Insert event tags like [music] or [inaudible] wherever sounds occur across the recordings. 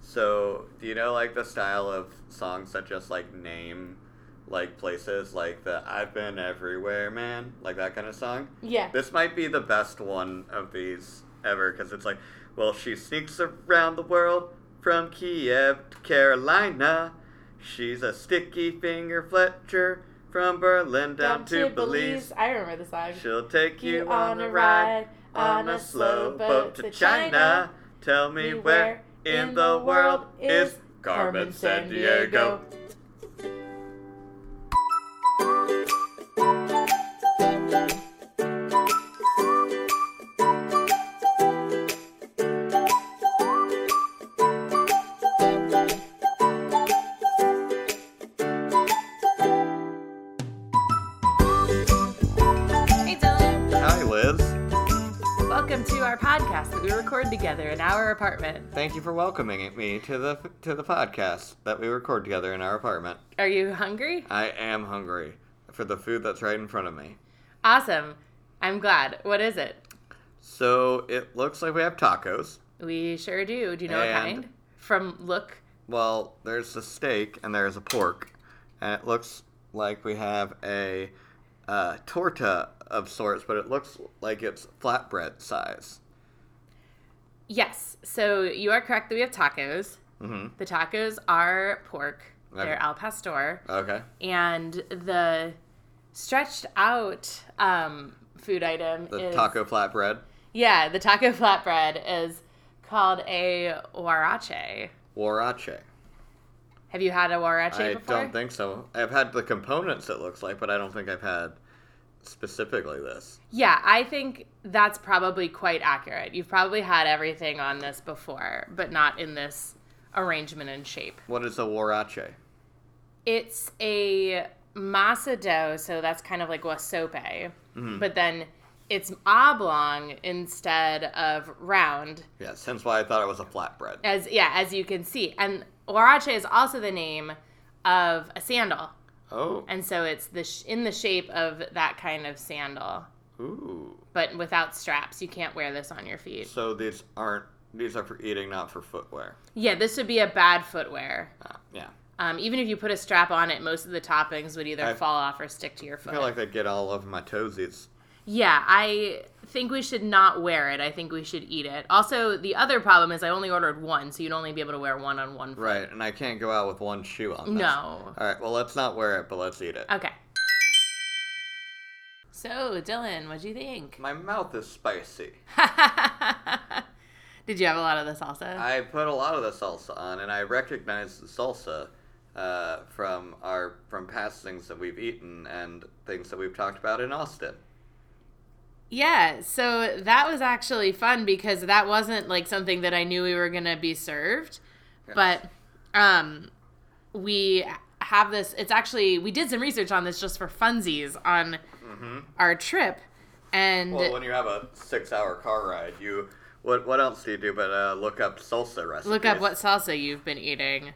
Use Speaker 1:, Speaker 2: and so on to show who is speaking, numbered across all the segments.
Speaker 1: So do you know like the style of songs that just like name like places like the I've been everywhere man like that kind of song?
Speaker 2: Yeah.
Speaker 1: This might be the best one of these ever because it's like, well, she sneaks around the world from Kiev to Carolina. She's a sticky finger Fletcher from Berlin down, to, Belize.
Speaker 2: I remember the song.
Speaker 1: She'll take you on a ride on a slow boat to China. Tell me where in the world is Carmen San Diego.
Speaker 3: Hey Dylan,
Speaker 1: Hi, Liz.
Speaker 3: welcome to our podcast that we record together in our apartment.
Speaker 1: Thank you for welcoming me to the to the podcast that we record together in our apartment.
Speaker 3: Are you hungry?
Speaker 1: I am hungry for the food that's right in front of me.
Speaker 3: Awesome. I'm glad. What is it?
Speaker 1: So it looks like we have tacos.
Speaker 3: We sure do. Do you know
Speaker 1: And-
Speaker 3: what kind? From look,
Speaker 1: Well, there's a steak and there's a pork, and it looks like we have a uh, torta of sorts, but it looks like it's flatbread size.
Speaker 3: yes. So you are correct that we have tacos.
Speaker 1: hmm
Speaker 3: The tacos are pork.
Speaker 1: Okay.
Speaker 3: They're al pastor,
Speaker 1: Okay.
Speaker 3: and the stretched out um, food item
Speaker 1: The
Speaker 3: is
Speaker 1: taco flatbread,
Speaker 3: Yeah, the taco flatbread is called a huarache.
Speaker 1: huarache.
Speaker 3: Have you had a huarache
Speaker 1: I
Speaker 3: before?
Speaker 1: don't think so. I've had the components it looks like, but I don't think I've had specifically this.
Speaker 3: Yeah, I think that's probably quite accurate. You've probably had everything on this before, but not in this arrangement and shape.
Speaker 1: What is a huarache?
Speaker 3: It's a masa dough, so that's kind of like wasope,
Speaker 1: Mm-hmm.
Speaker 3: but then it's oblong instead of round.
Speaker 1: Yes, hence why I thought it was a flatbread.
Speaker 3: As yeah, as you can see, and huarache is also the name of a sandal.
Speaker 1: Oh,
Speaker 3: and so it's the sh- in the shape of that kind of sandal
Speaker 1: ooh.
Speaker 3: but without straps you can't wear this on your feet
Speaker 1: So these aren't these are for eating, not for footwear.
Speaker 3: yeah this would be a bad footwear
Speaker 1: Uh, yeah,
Speaker 3: um, even if you put a strap on it most of the toppings would either
Speaker 1: I-
Speaker 3: fall off or stick to your
Speaker 1: I
Speaker 3: foot
Speaker 1: feel like they get all over my toesies.
Speaker 3: yeah i think we should not wear it i think we should eat it also the other problem is i only ordered one so you'd only be able to wear one on one foot
Speaker 1: Right, and I can't go out with one shoe on. This.
Speaker 3: no Uh,
Speaker 1: All right, well let's not wear it, but let's eat it.
Speaker 3: okay so dylan what do you think [laughs]
Speaker 1: My mouth is spicy.
Speaker 3: did you have a lot of the salsa
Speaker 1: I put a lot of the salsa on, and I recognize the salsa uh, from our from past things that we've eaten and things that we've talked about in Austin.
Speaker 3: Yeah, so that was actually fun because that wasn't like something that I knew we were going to be served. But um we have this it's actually we did some research on this just for funsies on our trip and
Speaker 1: Mm-hmm. Well, when you have a six-hour car ride, you what what else do you do but uh, look up salsa recipes?
Speaker 3: look up what salsa you've been eating.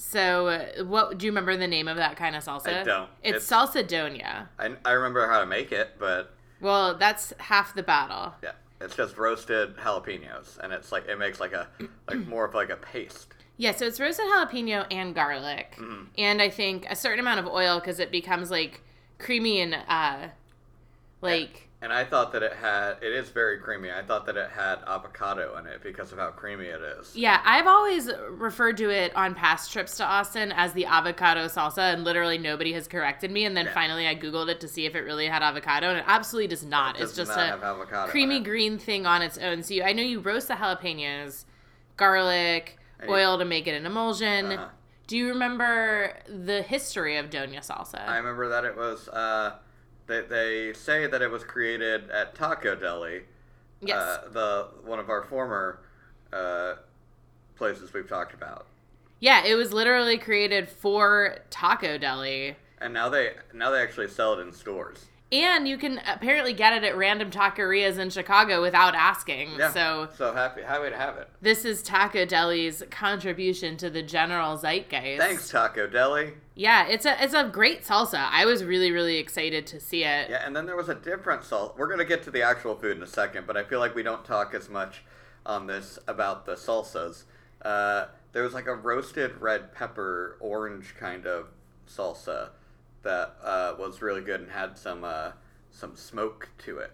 Speaker 3: So uh, what do you remember the name of that kind of salsa?
Speaker 1: I don't. It's-
Speaker 3: It's, salsa donia.
Speaker 1: I, I remember how to make it, but
Speaker 3: Well, that's half the battle.
Speaker 1: yeah, it's just roasted jalapenos, and it's like it makes like a like more of like a paste.
Speaker 3: Yeah, so it's roasted jalapeno and garlic,
Speaker 1: Mm-hmm.
Speaker 3: and I think a certain amount of oil because it becomes like creamy and uh, like
Speaker 1: And I thought that it had it is very creamy. I thought that it had avocado in it because of how creamy it is.
Speaker 3: yeah. I've always referred to it on past trips to Austin as the avocado salsa, and literally nobody has corrected me. And then
Speaker 1: Yeah.
Speaker 3: finally, I googled it to see if it really had avocado, and it absolutely does not.
Speaker 1: It does
Speaker 3: it's just
Speaker 1: not
Speaker 3: a
Speaker 1: have avocado in
Speaker 3: creamy
Speaker 1: it.
Speaker 3: green thing on its own. So you, I know you roast the jalapenos, garlic,
Speaker 1: And you-
Speaker 3: oil to make it an emulsion.
Speaker 1: Uh-huh.
Speaker 3: Do you remember the history of Donia salsa?
Speaker 1: I remember that it was uh, they they say that it was created at Taco Deli.
Speaker 3: yes.
Speaker 1: Uh, the one of our former uh, places we've talked about.
Speaker 3: Yeah, it was literally created for Taco Deli.
Speaker 1: And now they now they actually sell it in stores.
Speaker 3: And you can apparently get it at random taquerias in Chicago without asking.
Speaker 1: Yeah.
Speaker 3: So
Speaker 1: so happy happy to have it.
Speaker 3: this is Taco Deli's contribution to the general zeitgeist.
Speaker 1: Thanks, Taco Deli.
Speaker 3: Yeah, it's a it's a great salsa. I was really really excited to see it.
Speaker 1: Yeah, and then there was a different salt. We're gonna get to the actual food in a second, but I feel like we don't talk as much on this about the salsas Uh, there was like a roasted red pepper, orange kind of salsa that uh, was really good and had some uh, some smoke to it.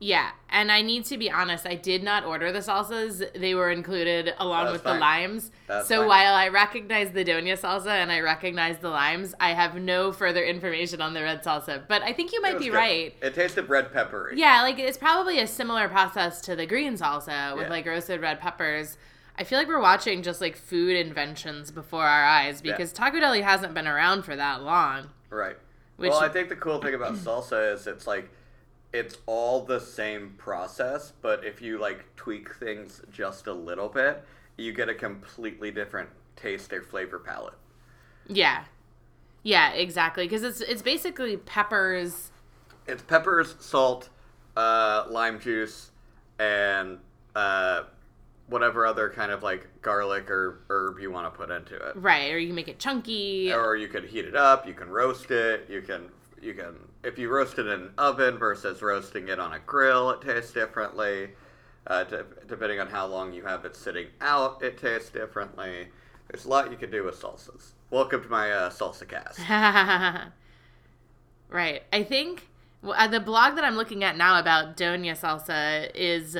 Speaker 3: Yeah, and I need to be honest, I did not order the salsas. They were included along
Speaker 1: That's
Speaker 3: with the
Speaker 1: fine.
Speaker 3: limes.
Speaker 1: That's
Speaker 3: so
Speaker 1: fine.
Speaker 3: while I recognize the doña salsa and I recognize the limes, I have no further information on the red salsa. But I think you
Speaker 1: It
Speaker 3: might
Speaker 1: was
Speaker 3: be
Speaker 1: good.
Speaker 3: right.
Speaker 1: It tasted red peppery.
Speaker 3: Yeah, like it's probably a similar process to the green salsa with
Speaker 1: Yeah.
Speaker 3: like roasted red peppers. I feel like we're watching just like food inventions before our eyes
Speaker 1: Yeah.
Speaker 3: because Taco Deli hasn't been around for that long.
Speaker 1: Right.
Speaker 3: Which-
Speaker 1: well, I think the cool thing about salsa is it's like it's all the same process, but if you like tweak things just a little bit, you get a completely different taste or flavor palette.
Speaker 3: Yeah. Yeah, exactly. Because it's it's basically peppers.
Speaker 1: It's peppers, salt, uh, lime juice, and uh, whatever other kind of like garlic or herb you want to put into it.
Speaker 3: Right, or you can make it chunky. [laughs]
Speaker 1: Or you could heat it up. You can roast it. You can you can if you roast it in an oven versus roasting it on a grill, it tastes differently. Uh, de- depending on how long you have it sitting out, it tastes differently. There's a lot you can do with salsas. Welcome to my uh, salsa
Speaker 3: [laughs]
Speaker 1: cast.
Speaker 3: right. I think well, uh, the blog that I'm looking at now about Donia salsa is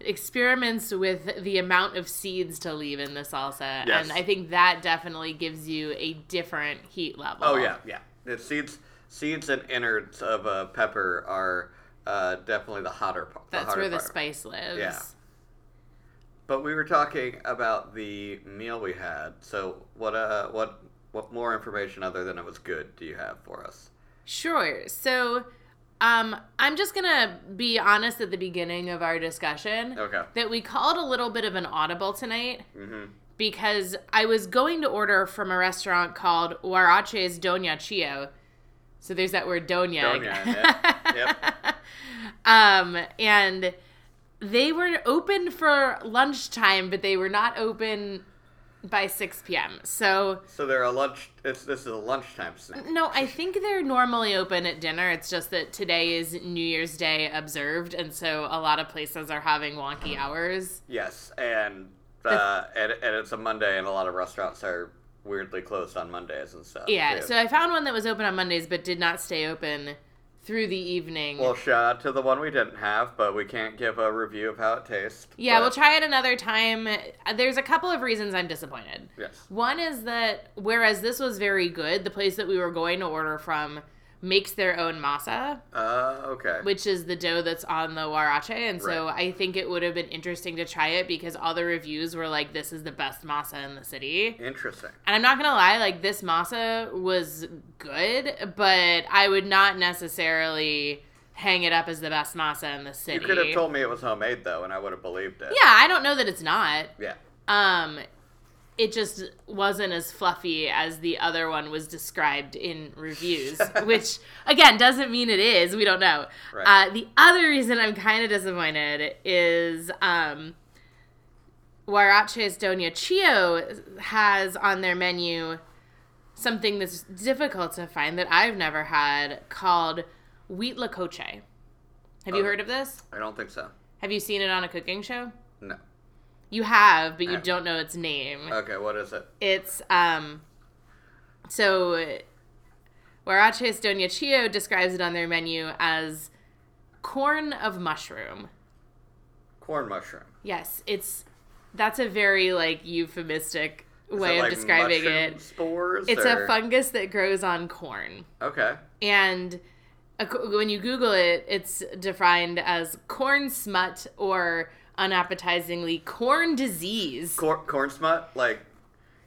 Speaker 3: experiments with the amount of seeds to leave in the salsa.
Speaker 1: Yes.
Speaker 3: And I think that definitely gives you a different heat level.
Speaker 1: Oh yeah, yeah. The seeds, seeds and innards of a pepper are uh, definitely the hotter. p- The
Speaker 3: That's
Speaker 1: hotter
Speaker 3: where the
Speaker 1: part.
Speaker 3: spice lives.
Speaker 1: Yeah. But we were talking about the meal we had. So what? Uh, what? What more information other than it was good do you have for us?
Speaker 3: Sure. So um, I'm just going to be honest at the beginning of our discussion
Speaker 1: Okay.
Speaker 3: that we called a little bit of an audible tonight.
Speaker 1: hmm
Speaker 3: because I was going to order from a restaurant called Huaraches Doña Chio. So there's that word Doña.
Speaker 1: Doña,
Speaker 3: again.
Speaker 1: yep, yep.
Speaker 3: [laughs] um, and they were open for lunchtime, but they were not open by 6 p.m. So,
Speaker 1: So they're a lunch. It's this is a lunchtime snack.
Speaker 3: no, I think they're normally open at dinner. It's just that today is New Year's Day observed, and so a lot of places are having wonky hours.
Speaker 1: Yes, and uh, and, and it's a Monday, and a lot of restaurants are weirdly closed on Mondays and stuff.
Speaker 3: Yeah,
Speaker 1: too.
Speaker 3: so I found one that was open on Mondays but did not stay open through the evening.
Speaker 1: Well, shout out to the one we didn't have, but we can't give a review of how it tastes.
Speaker 3: Yeah,
Speaker 1: but-
Speaker 3: we'll try it another time. There's a couple of reasons I'm disappointed.
Speaker 1: Yes.
Speaker 3: One is that whereas this was very good, the place that we were going to order from makes their own masa,
Speaker 1: Uh, okay.
Speaker 3: which is the dough that's on the huarache. And so
Speaker 1: Right.
Speaker 3: I think it would have been interesting to try it because all the reviews were like, this is the best masa in the city.
Speaker 1: Interesting.
Speaker 3: And I'm not going to lie, like, this masa was good, but I would not necessarily hang it up as the best masa in the city.
Speaker 1: You could have told me it was homemade though, and I would have believed it.
Speaker 3: Yeah, I don't know that it's not.
Speaker 1: Yeah.
Speaker 3: um it just wasn't as fluffy as the other one was described in
Speaker 1: [laughs]
Speaker 3: reviews which again doesn't mean it is we don't know
Speaker 1: Right.
Speaker 3: uh, the other reason i'm kind of disappointed is um Huaraches Doña Chio has on their menu something that's difficult to find that I've never had called wheat lacoche. Have you
Speaker 1: Oh.
Speaker 3: heard of this?
Speaker 1: I don't think so.
Speaker 3: Have you seen it on a cooking show?
Speaker 1: No.
Speaker 3: You have, but you
Speaker 1: Yeah.
Speaker 3: don't know its name.
Speaker 1: Okay. What is it?
Speaker 3: It's um so Huaraches Doña Chio describes it on their menu as corn of mushroom.
Speaker 1: Corn mushroom.
Speaker 3: Yes, it's that's a very like euphemistic
Speaker 1: Is
Speaker 3: way
Speaker 1: it
Speaker 3: of
Speaker 1: like
Speaker 3: describing
Speaker 1: mushroom
Speaker 3: it.
Speaker 1: Spores.
Speaker 3: It's
Speaker 1: or-
Speaker 3: a fungus that grows on corn.
Speaker 1: Okay.
Speaker 3: And ac- when you Google it, it's defined as corn smut or unappetizingly corn disease.
Speaker 1: Corn, corn smut, like,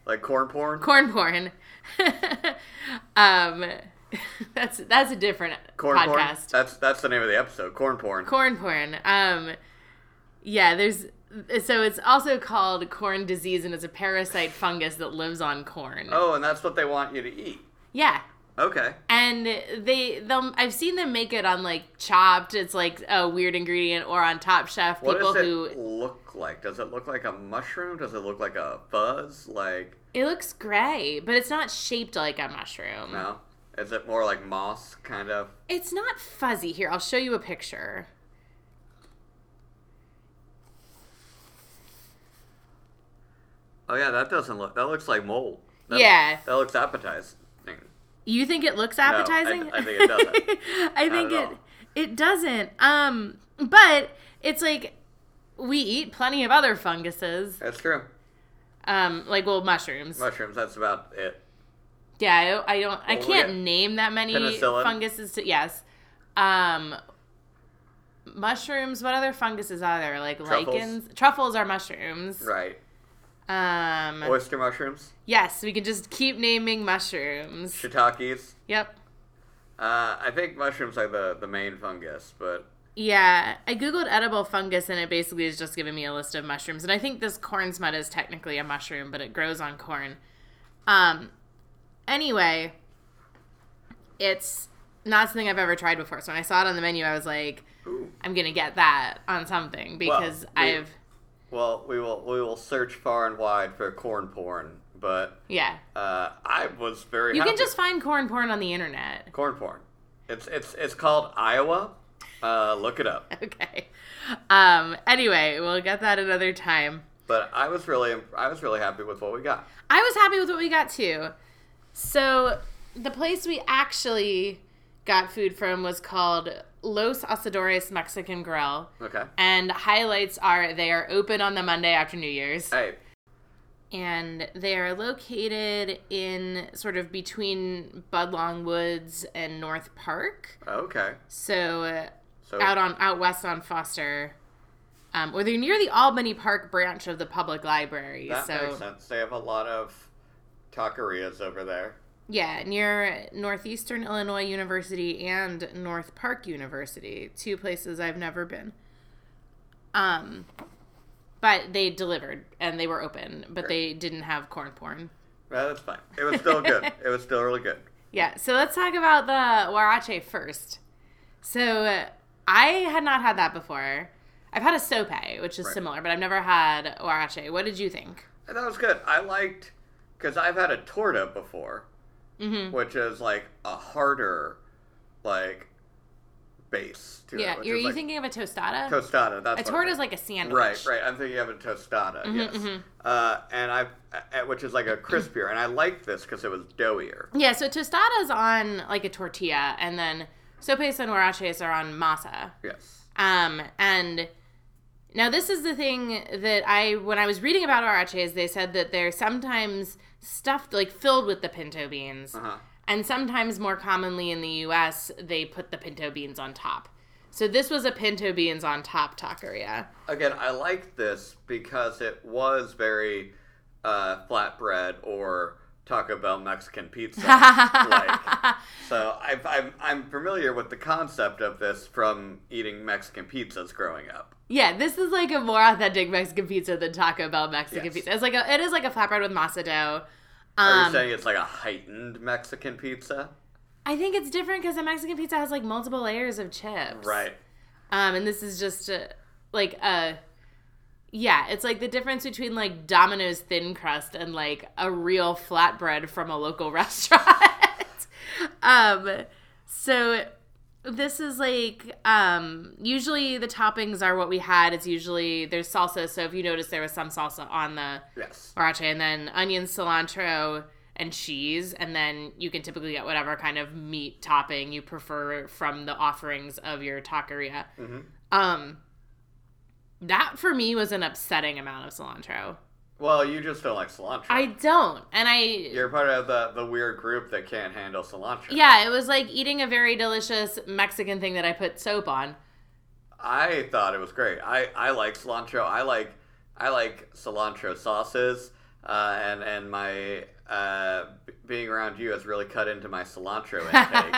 Speaker 1: like corn porn.
Speaker 3: corn porn. [laughs] um, [laughs] that's that's a different
Speaker 1: corn porn.
Speaker 3: podcast.
Speaker 1: That's that's the name of the episode. Corn porn.
Speaker 3: Corn porn. Um, yeah, there's so it's also called corn disease, and it's a parasite fungus that lives on corn.
Speaker 1: oh, and that's what they want you to eat.
Speaker 3: Yeah.
Speaker 1: Okay.
Speaker 3: And they, them, I've seen them make it on like Chopped. It's like a weird ingredient, or on Top Chef.
Speaker 1: What
Speaker 3: people
Speaker 1: does it
Speaker 3: who
Speaker 1: look like? Does it look like a mushroom? Does it look like a fuzz? Like
Speaker 3: it looks gray, but it's not shaped like a mushroom.
Speaker 1: no? Is it more like moss kind of?
Speaker 3: It's not fuzzy. Here, I'll show you a picture.
Speaker 1: Oh yeah, that doesn't look. That looks like mole. That,
Speaker 3: Yeah.
Speaker 1: That looks appetizing.
Speaker 3: You think it looks
Speaker 1: I-
Speaker 3: appetizing?
Speaker 1: I think it doesn't.
Speaker 3: [laughs] I
Speaker 1: Not at
Speaker 3: think it
Speaker 1: all.
Speaker 3: it doesn't. Um, but it's like we eat plenty of other funguses.
Speaker 1: That's true.
Speaker 3: Um, like well, mushrooms.
Speaker 1: Mushrooms. That's about it.
Speaker 3: Yeah, I don't. I, don't, I
Speaker 1: Well, we
Speaker 3: can't
Speaker 1: got
Speaker 3: name that many
Speaker 1: penicillin.
Speaker 3: funguses. To, yes, um, mushrooms. What other funguses are there? Like
Speaker 1: Truffles.
Speaker 3: lichens. Truffles are mushrooms.
Speaker 1: Right.
Speaker 3: Um,
Speaker 1: Oyster mushrooms,
Speaker 3: yes, we can just keep naming mushrooms.
Speaker 1: shiitakes.
Speaker 3: Yep.
Speaker 1: Uh, I think mushrooms are the the main fungus, but
Speaker 3: Yeah, I googled edible fungus and it basically is just giving me a list of mushrooms. And I think this corn smut is technically a mushroom, but it grows on corn. Um, anyway, it's not something I've ever tried before. So when I saw it on the menu, I was like,
Speaker 1: Ooh.
Speaker 3: I'm gonna get that on something because
Speaker 1: we-
Speaker 3: I've
Speaker 1: well, we will we will search far and wide for corn porn. But
Speaker 3: yeah.
Speaker 1: uh, I was very.
Speaker 3: You
Speaker 1: happy.
Speaker 3: can just find corn porn on the internet. [laughs]
Speaker 1: corn porn. It's it's it's called Iowa. Uh, look it up.
Speaker 3: Okay. Um. Anyway, we'll get that another time.
Speaker 1: But I was really I was really happy with what we got.
Speaker 3: I was happy with what we got too. So the place we actually got food from was called Los Asadores Mexican Grill,
Speaker 1: Okay.
Speaker 3: and highlights are they are open on the Monday after New Year's,
Speaker 1: Hey,
Speaker 3: and they are located in sort of between Budlong Woods and North Park.
Speaker 1: okay.
Speaker 3: So uh,
Speaker 1: So
Speaker 3: out on out west on Foster. Um, or they're near the Albany Park branch of the public library.
Speaker 1: that
Speaker 3: so
Speaker 1: makes sense. They have a lot of taquerias over there.
Speaker 3: Yeah, near Northeastern Illinois University and North Park University, two places I've never been. Um, but they delivered and they were open, but they didn't have corn porn.
Speaker 1: Yeah, that's fine. It was still
Speaker 3: [laughs]
Speaker 1: good. it was still really good.
Speaker 3: Yeah, so let's talk about the huarache first. So uh, I had not had that before. I've had a sope, which is
Speaker 1: Right.
Speaker 3: similar, but I've never had huarache. What did you think?
Speaker 1: And that was good. I liked because I've had a torta before,
Speaker 3: Mm-hmm.
Speaker 1: which is like a harder, like base to
Speaker 3: Yeah,
Speaker 1: it. which
Speaker 3: you're
Speaker 1: is
Speaker 3: you
Speaker 1: like
Speaker 3: thinking of a tostada?
Speaker 1: tostada? That's
Speaker 3: a
Speaker 1: what I'm
Speaker 3: torta is like a sandwich.
Speaker 1: Right, right. I'm thinking of a tostada. yes,
Speaker 3: mhm.
Speaker 1: Uh, and I, uh, which is like a crispier, and I liked this because it was doughier.
Speaker 3: Yeah, so tostadas on like a tortilla, and then sopes and huaraches are on masa.
Speaker 1: Yes.
Speaker 3: Um, and now this is the thing that I, when I was reading about huaraches, they said that they're sometimes stuffed, like filled with the pinto beans,
Speaker 1: Uh huh.
Speaker 3: and sometimes more commonly in the U.S. they put the pinto beans on top. So this was a pinto beans on top taqueria.
Speaker 1: Again, I liked this because it was very uh, flatbread or Taco Bell Mexican
Speaker 3: [laughs]
Speaker 1: pizza. like, so i I'm I'm familiar with the concept of this from eating Mexican pizzas growing up.
Speaker 3: Yeah, this is like a more authentic Mexican pizza than Taco Bell Mexican
Speaker 1: Yes.
Speaker 3: pizza. It's like a, it is like a flatbread with masa dough.
Speaker 1: Are
Speaker 3: Um,
Speaker 1: you saying it's like a heightened Mexican pizza?
Speaker 3: I think it's different because a Mexican pizza has like multiple layers of chips.
Speaker 1: Right.
Speaker 3: Um, and this is just a, like a, yeah, it's like the difference between like Domino's thin crust and like a real flatbread from a local [laughs] restaurant. um, so this is like um usually the toppings are what we had. It's usually there's salsa. So if you notice, there was some salsa on the
Speaker 1: Yes.
Speaker 3: sriracha and then onion, cilantro, and cheese. And then you can typically get whatever kind of meat topping you prefer from the offerings of your taqueria.
Speaker 1: hmm
Speaker 3: Um, that for me was an upsetting amount of cilantro.
Speaker 1: Well, you just don't like cilantro.
Speaker 3: I don't, and I
Speaker 1: You're part of the, the weird group that can't handle cilantro.
Speaker 3: yeah, it was like eating a very delicious Mexican thing that I put soap on.
Speaker 1: I thought it was great. I, I like cilantro. I like I like cilantro sauces. Uh, and and my uh, b- being around you has really cut into my cilantro intake.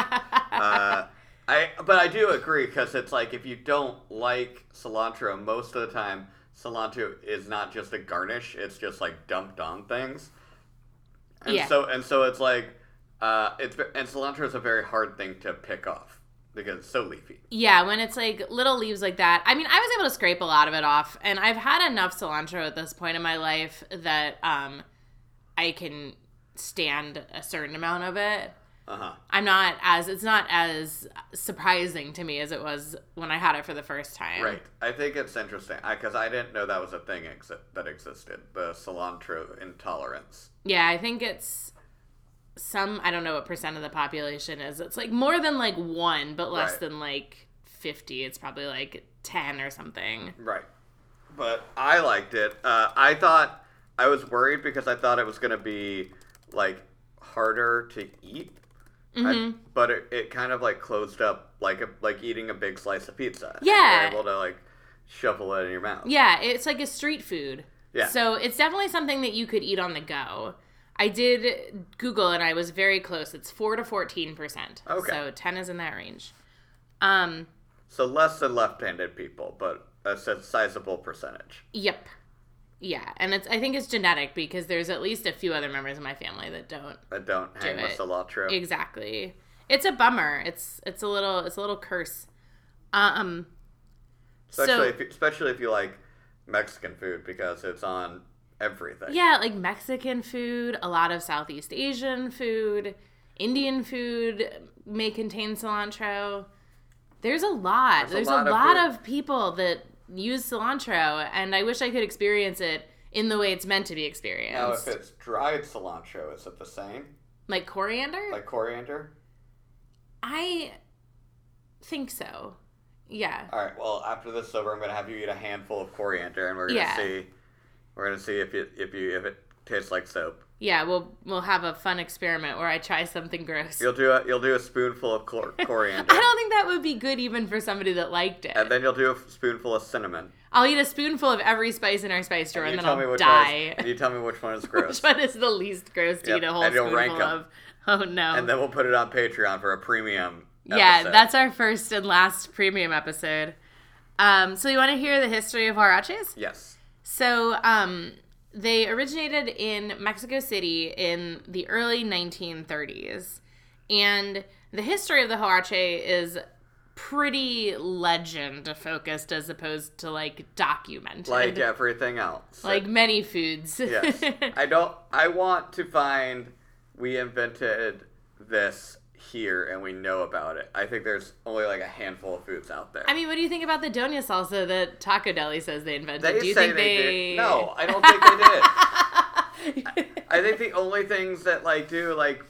Speaker 1: uh, I but I do agree because it's like if you don't like cilantro, most of the time cilantro is not just a garnish; it's just like dumped on things. And
Speaker 3: Yeah.
Speaker 1: so and so it's like uh, it's ve- and cilantro is a very hard thing to pick off because it's so leafy.
Speaker 3: Yeah, when it's like little leaves like that. I mean, I was able to scrape a lot of it off, and I've had enough cilantro at this point in my life that um, I can stand a certain amount of it.
Speaker 1: Uh huh.
Speaker 3: I'm not as it's not as surprising to me as it was when I had it for the first time.
Speaker 1: Right. I think it's interesting because I, didn't know that was a thing ex- that existed the cilantro intolerance.
Speaker 3: Yeah, I think it's some I don't know what percent of the population is. It's like more than like 1, but less
Speaker 1: Right.
Speaker 3: than like 50. It's probably like 10 or something.
Speaker 1: Right. But I liked it. Uh, I thought I was worried because I thought it was going to be like harder to eat. I-
Speaker 3: Mm-hmm.
Speaker 1: but it, it kind of like closed up like a, like eating a big slice of pizza.
Speaker 3: Yeah.
Speaker 1: You're able to like shovel it in your mouth.
Speaker 3: Yeah, it's like a street food.
Speaker 1: Yeah.
Speaker 3: So it's definitely something that you could eat on the go. I did Google and I was very close. It's four to fourteen percent.
Speaker 1: Okay.
Speaker 3: So ten is in that range. Um.
Speaker 1: So less than left-handed people, but a si- sizable percentage.
Speaker 3: Yep. Yeah, and it's I think it's genetic because there's at least a few other members of my family that don't.
Speaker 1: I don't hang with
Speaker 3: it.
Speaker 1: cilantro.
Speaker 3: Exactly. It's a bummer. It's it's a little it's a little curse. Um.
Speaker 1: especially,
Speaker 3: so-
Speaker 1: if you, especially if you like Mexican food because it's on everything.
Speaker 3: Yeah, like Mexican food, a lot of Southeast Asian food, Indian food may contain cilantro. There's a lot.
Speaker 1: There's
Speaker 3: There's,
Speaker 1: a
Speaker 3: a
Speaker 1: lot
Speaker 3: lot,
Speaker 1: of food.
Speaker 3: of, people that use cilantro, and I wish I could experience it in the way it's meant to be
Speaker 1: Now, if
Speaker 3: experienced.
Speaker 1: it's dried cilantro, is it the same?
Speaker 3: like coriander?
Speaker 1: Like coriander?
Speaker 3: I think so. Yeah.
Speaker 1: All right. Well, after this is over, I'm gonna have you eat a handful of coriander, and we're gonna
Speaker 3: Yeah.
Speaker 1: see. We're gonna see if you if you if it tastes like soap.
Speaker 3: Yeah, we'll we'll have a fun experiment where I try something gross.
Speaker 1: You'll do a you'll do a spoonful of cor- coriander,
Speaker 3: [laughs] I don't think that would be good even for somebody that liked it.
Speaker 1: and then you'll do a spoonful of cinnamon.
Speaker 3: I'll eat a spoonful of every spice in our spice drawer and,
Speaker 1: you
Speaker 3: then I'll
Speaker 1: which One is,
Speaker 3: [laughs] die.
Speaker 1: and you tell me which one is gross,
Speaker 3: Which one is the least gross to
Speaker 1: Yep,
Speaker 3: eat a whole
Speaker 1: and you'll
Speaker 3: spoonful
Speaker 1: rank 'em.
Speaker 3: of? Oh no.
Speaker 1: and then we'll put it on Patreon for a premium.
Speaker 3: yeah,
Speaker 1: episode.
Speaker 3: that's our first and last premium episode. Um, so you want to hear the history of huaraches?
Speaker 1: yes.
Speaker 3: So um, they originated in Mexico City in the early 1930s, and the history of the huarache is pretty legend focused as opposed to like documented,
Speaker 1: Like everything else.
Speaker 3: Like many foods.
Speaker 1: yes.
Speaker 3: [laughs]
Speaker 1: I don't. I want to find. We invented this here, and we know about it. I think there's only like a handful of foods out there.
Speaker 3: I mean, what do you think about the donia salsa that Taco Deli says they invented?
Speaker 1: They
Speaker 3: do you
Speaker 1: say
Speaker 3: think
Speaker 1: they,
Speaker 3: they,
Speaker 1: did. No, I don't think they did.
Speaker 3: [laughs]
Speaker 1: I think the only things that like do like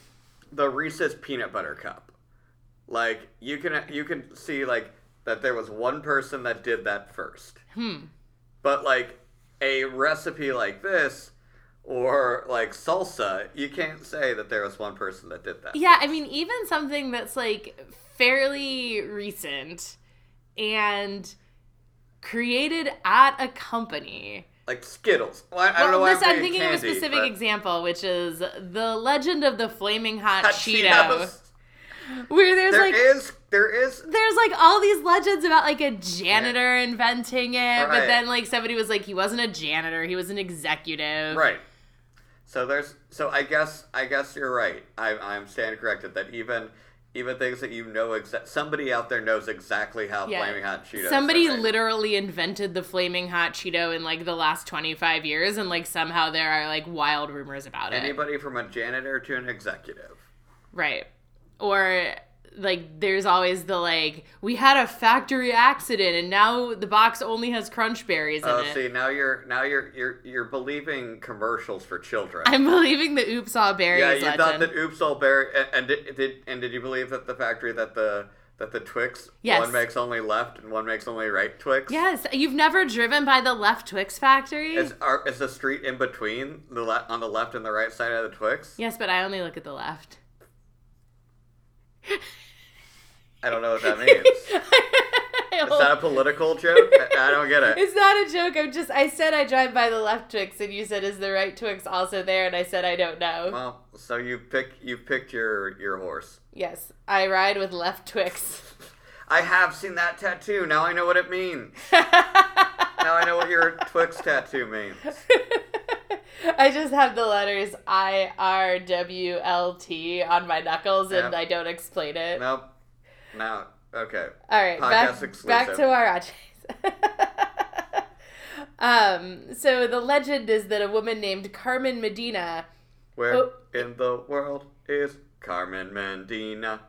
Speaker 1: the Reese's peanut butter cup. Like you can you can see like that there was one person that did that first. Hmm. But like a recipe like this or like salsa, you can't say that there was one person that did that.
Speaker 3: Yeah, I mean, even something that's like fairly recent and created at a company.
Speaker 1: Like Skittles. Well, I, I don't know
Speaker 3: Well,
Speaker 1: why
Speaker 3: listen, I'm
Speaker 1: saying
Speaker 3: thinking of a
Speaker 1: candy,
Speaker 3: specific
Speaker 1: but-
Speaker 3: example, which is the legend of the flaming hot,
Speaker 1: Hot
Speaker 3: Cheeto,
Speaker 1: Cheetos.
Speaker 3: [laughs] where there's
Speaker 1: There
Speaker 3: like.
Speaker 1: is- there is
Speaker 3: there's like all these legends about like a janitor inventing it,
Speaker 1: Right.
Speaker 3: but then like somebody was like he wasn't a janitor, he was an executive.
Speaker 1: Right. So there's so I guess I guess you're right. I, I'm stand corrected that even even things that you know exa- somebody out there knows exactly how
Speaker 3: Yeah.
Speaker 1: flaming hot Cheetos. are
Speaker 3: Somebody
Speaker 1: made.
Speaker 3: literally invented the flaming hot Cheeto in like the last 25 years, and like somehow there are like wild rumors about it.
Speaker 1: anybody from a janitor to an executive.
Speaker 3: Right. Or like there's always the like, we had a factory accident and now the box only has crunch berries in
Speaker 1: Oh,
Speaker 3: it.
Speaker 1: see now you're now you're you're you're believing commercials for children.
Speaker 3: I'm believing the oops all berries
Speaker 1: yeah, you thought
Speaker 3: legend.
Speaker 1: that oops all berry and, and did, did and did you believe that the factory that the that the Twix
Speaker 3: Yes.
Speaker 1: one makes only left and one makes only right Twix.
Speaker 3: yes, you've never driven by the left Twix factory?
Speaker 1: Is, are, is the street in between the le- on the left and the right side of the Twix?
Speaker 3: yes, but I only look at the left. [laughs]
Speaker 1: I don't know what
Speaker 3: [laughs]
Speaker 1: that means. Is that a political joke? I I don't get it.
Speaker 3: [laughs] It's not a joke. I'm just. I said I drive by the left Twix, and you said is the right Twix also there? And I said I don't know.
Speaker 1: Well, so you pick you picked your your horse.
Speaker 3: yes, I ride with left Twix. [laughs]
Speaker 1: I have seen that tattoo. Now I know what it means. Now I know what your Twix tattoo means.
Speaker 3: [laughs] I just have the letters I R W L T on my knuckles, and
Speaker 1: Yeah.
Speaker 3: I don't explain it.
Speaker 1: Nope. Now, okay.
Speaker 3: All right, back,
Speaker 1: Podcast
Speaker 3: back
Speaker 1: exclusive.
Speaker 3: to huaraches. [laughs] um, so the legend is that a woman named Carmen Medina
Speaker 1: Where
Speaker 3: Oh.
Speaker 1: in the world is Carmen Mandina?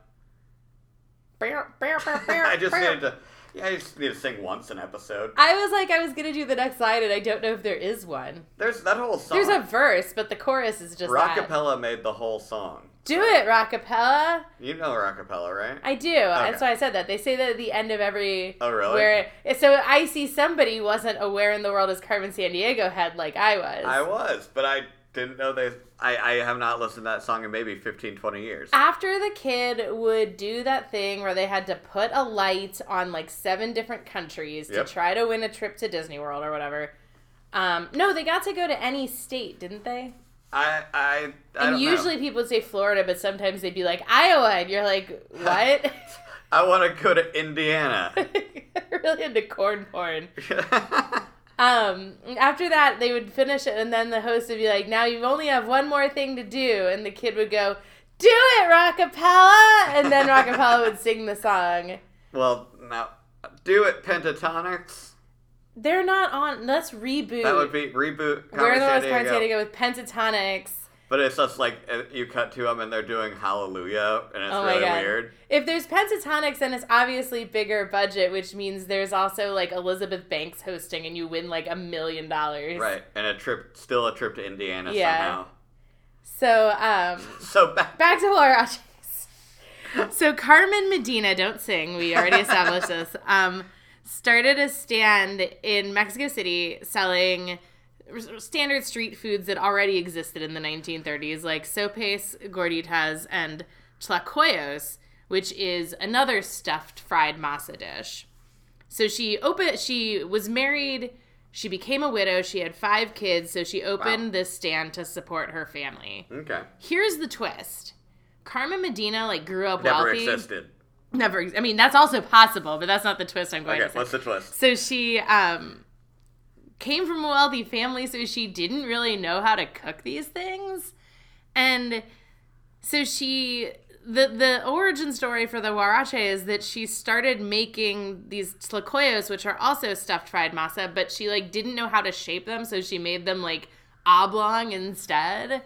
Speaker 1: [laughs] I just needed to. Yeah, I just need to sing once an episode.
Speaker 3: I was like, I was gonna do the next line, and I don't know if there is one.
Speaker 1: There's that whole song.
Speaker 3: There's a verse, but the chorus is just that.
Speaker 1: Rockapella made the whole song.
Speaker 3: Do it, rockapella.
Speaker 1: You know Rockapella, right?
Speaker 3: I do. That's why I said that. They say that at the end of every.
Speaker 1: Oh, really?
Speaker 3: Where so I see somebody wasn't aware in the world as Carmen San Diego had like I was.
Speaker 1: I was, but I didn't know they. I, I have not listened to that song in maybe 15, 20 years.
Speaker 3: After the kid would do that thing where they had to put a light on like seven different countries
Speaker 1: Yep.
Speaker 3: to try to win a trip to Disney World or whatever. Um, no, they got to go to any state, didn't they?
Speaker 1: I I, I
Speaker 3: And
Speaker 1: don't know.
Speaker 3: usually people would say Florida, but sometimes they'd be like Iowa, and you're like,
Speaker 1: [laughs]
Speaker 3: what? [laughs]
Speaker 1: I want to go to Indiana. [laughs]
Speaker 3: really into corn porn. Um, after that, they would finish it, and then the host would be like, "Now you only have one more thing to do," and the kid would go, "Do it, Rockapella!" And then Rockapella would sing the song.
Speaker 1: well, now do it, Pentatonics.
Speaker 3: They're not on. Let's reboot.
Speaker 1: That would be reboot.
Speaker 3: Where
Speaker 1: Carmen
Speaker 3: in the World is
Speaker 1: Sandiego.
Speaker 3: Carmen Sandiego with Pentatonics.
Speaker 1: But it's just like uh, you cut to them and they're doing Hallelujah, and it's
Speaker 3: Oh my
Speaker 1: really
Speaker 3: God.
Speaker 1: weird.
Speaker 3: If there's Pentatonics, then it's obviously bigger budget, which means there's also like Elizabeth Banks hosting, and you win like a million dollars.
Speaker 1: Right, and a trip, still a trip to Indiana
Speaker 3: Yeah. So, um,
Speaker 1: somehow. [laughs] So back.
Speaker 3: back to huaraches. So Carmen Medina, don't sing. We already established this. Um, started a stand in Mexico City selling r- standard street foods that already existed in the 1930s, like sopes, gorditas, and tlacoyos, which is another stuffed fried masa dish. So she opened. She was married. She became a widow. She had five kids. So she opened this stand to support her family
Speaker 1: Okay.
Speaker 3: here's the twist carmen medina like grew up
Speaker 1: Never
Speaker 3: wealthy
Speaker 1: existed.
Speaker 3: never ex- i mean that's also possible but that's not the twist i'm going
Speaker 1: Okay,
Speaker 3: to say
Speaker 1: what's the twist?
Speaker 3: so she um came from a wealthy family so she didn't really know how to cook these things and so she the the origin story for the huarache is that she started making these tlacoyos which are also stuffed fried masa but she like didn't know how to shape them so she made them like oblong instead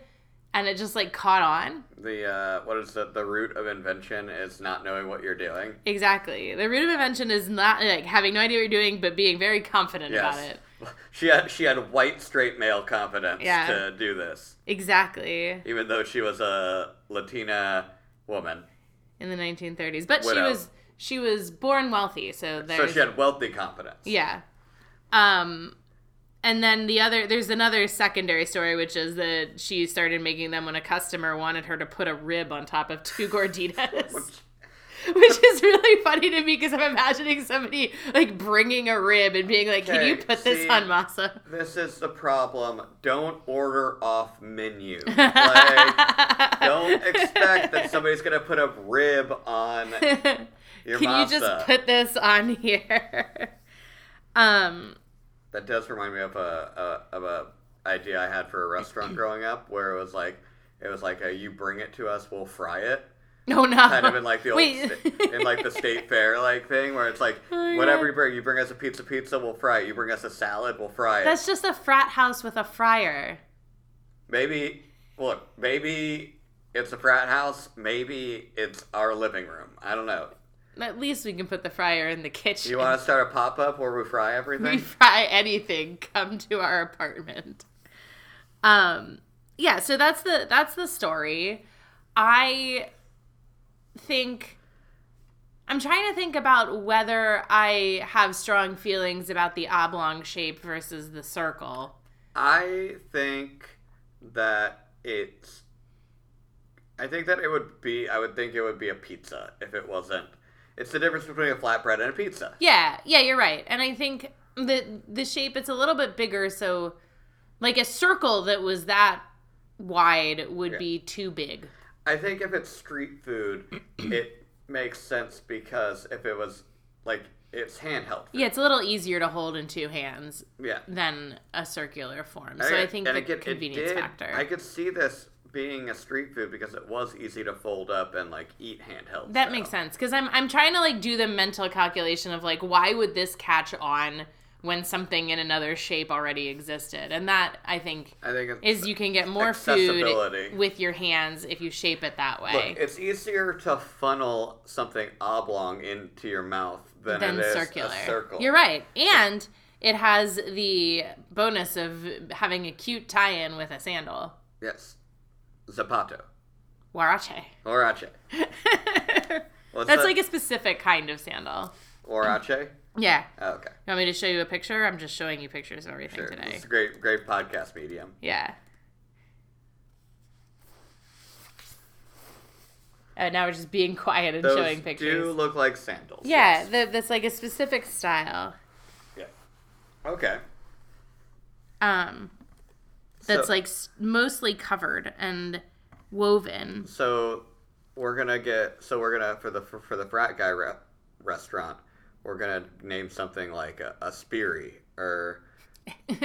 Speaker 3: and it just like caught on
Speaker 1: The uh, what is the the root of invention is not knowing what you're doing.
Speaker 3: exactly the root of invention is not like having no idea what you're doing but being very confident
Speaker 1: Yes.
Speaker 3: about it
Speaker 1: She had she had white straight male confidence
Speaker 3: Yeah.
Speaker 1: to do this,
Speaker 3: exactly
Speaker 1: even though she was a Latina woman.
Speaker 3: in the 1930s. But
Speaker 1: Widow.
Speaker 3: she was she was born wealthy, so
Speaker 1: So
Speaker 3: there's
Speaker 1: she had wealthy confidence.
Speaker 3: yeah. Um, and then the other there's another secondary story, which is that she started making them when a customer wanted her to put a rib on top of two gorditas. [laughs] Which is really funny to me because I'm imagining somebody like bringing a rib and being like, "Can you
Speaker 1: Okay,
Speaker 3: put this
Speaker 1: see-
Speaker 3: on masa?" [laughs]
Speaker 1: This is the problem. Don't order off
Speaker 3: [laughs]
Speaker 1: menu. Like, don't expect that somebody's gonna put a rib
Speaker 3: [laughs]
Speaker 1: on your
Speaker 3: Can
Speaker 1: masa.
Speaker 3: you just put this on here? [laughs] um,
Speaker 1: That does remind me of a, a of a idea I had for a
Speaker 3: [clears throat]
Speaker 1: restaurant growing up, where it was like it was like a you bring it to us, we'll fry it,
Speaker 3: no, no.
Speaker 1: kind of in like the old
Speaker 3: Wait. [laughs]
Speaker 1: sta- in like the state fair like thing, where it's like
Speaker 3: Oh my
Speaker 1: whatever
Speaker 3: God.
Speaker 1: you bring, you bring us a pizza, pizza, we'll fry it. You bring us a salad, we'll fry it.
Speaker 3: That's just a frat house with a fryer.
Speaker 1: Maybe look, maybe it's a frat house, maybe it's our living room. I don't know.
Speaker 3: At least we can put the fryer in the kitchen.
Speaker 1: You want to start a pop up where we fry everything?
Speaker 3: [laughs] we fry anything, come to our apartment. Um yeah, so that's the that's the story. I think I'm trying to think about whether I have strong feelings about the oblong shape versus the circle.
Speaker 1: [laughs] I think that it's. I think that it would be. I would think it would be a pizza if it wasn't. It's the difference between a flatbread and a pizza.
Speaker 3: Yeah, yeah, you're right. And I think the the shape it's a little bit bigger, so like a circle that was that wide would be too big.
Speaker 1: I think if it's street
Speaker 3: [clears throat]
Speaker 1: food, it makes sense because if it was like it's handheld.
Speaker 3: Yeah, it's a little easier to hold in two hands
Speaker 1: Yeah.
Speaker 3: than a circular form. So I think
Speaker 1: and
Speaker 3: the
Speaker 1: again, it
Speaker 3: convenience
Speaker 1: did-
Speaker 3: factor.
Speaker 1: I could see this being a street food because it was easy to fold up and like eat handheld.
Speaker 3: that
Speaker 1: style.
Speaker 3: makes sense because I'm I'm trying to like do the mental calculation of like why would this catch on when something in another shape already existed. And that I think
Speaker 1: I think it's
Speaker 3: is you can get more
Speaker 1: accessibility.
Speaker 3: food with your hands if you shape it that way.
Speaker 1: Look, it's easier to funnel something oblong into your mouth than,
Speaker 3: than
Speaker 1: it is
Speaker 3: circular.
Speaker 1: a circle.
Speaker 3: You're right. And it has the bonus of having a cute tie-in with a sandal.
Speaker 1: Yes. Zapato.
Speaker 3: Huarache.
Speaker 1: Orache.
Speaker 3: [laughs]
Speaker 1: What's
Speaker 3: That's
Speaker 1: that?
Speaker 3: like a specific kind of sandal.
Speaker 1: Orache?
Speaker 3: Yeah.
Speaker 1: Oh, okay.
Speaker 3: You want me to show you a picture? I'm just showing you pictures of everything
Speaker 1: Sure.
Speaker 3: [laughs] today.
Speaker 1: It's a great, great podcast medium.
Speaker 3: Yeah. Oh, now we're just being quiet and
Speaker 1: Those
Speaker 3: showing pictures.
Speaker 1: do look like sandals.
Speaker 3: yeah,
Speaker 1: yes.
Speaker 3: the, that's like a specific style.
Speaker 1: Yeah. Okay.
Speaker 3: Um, that's
Speaker 1: So-
Speaker 3: like s- mostly covered and woven. [laughs]
Speaker 1: So we're gonna get. So we're gonna for the for, for the frat guy re- restaurant. We're gonna name something like a, a Speary or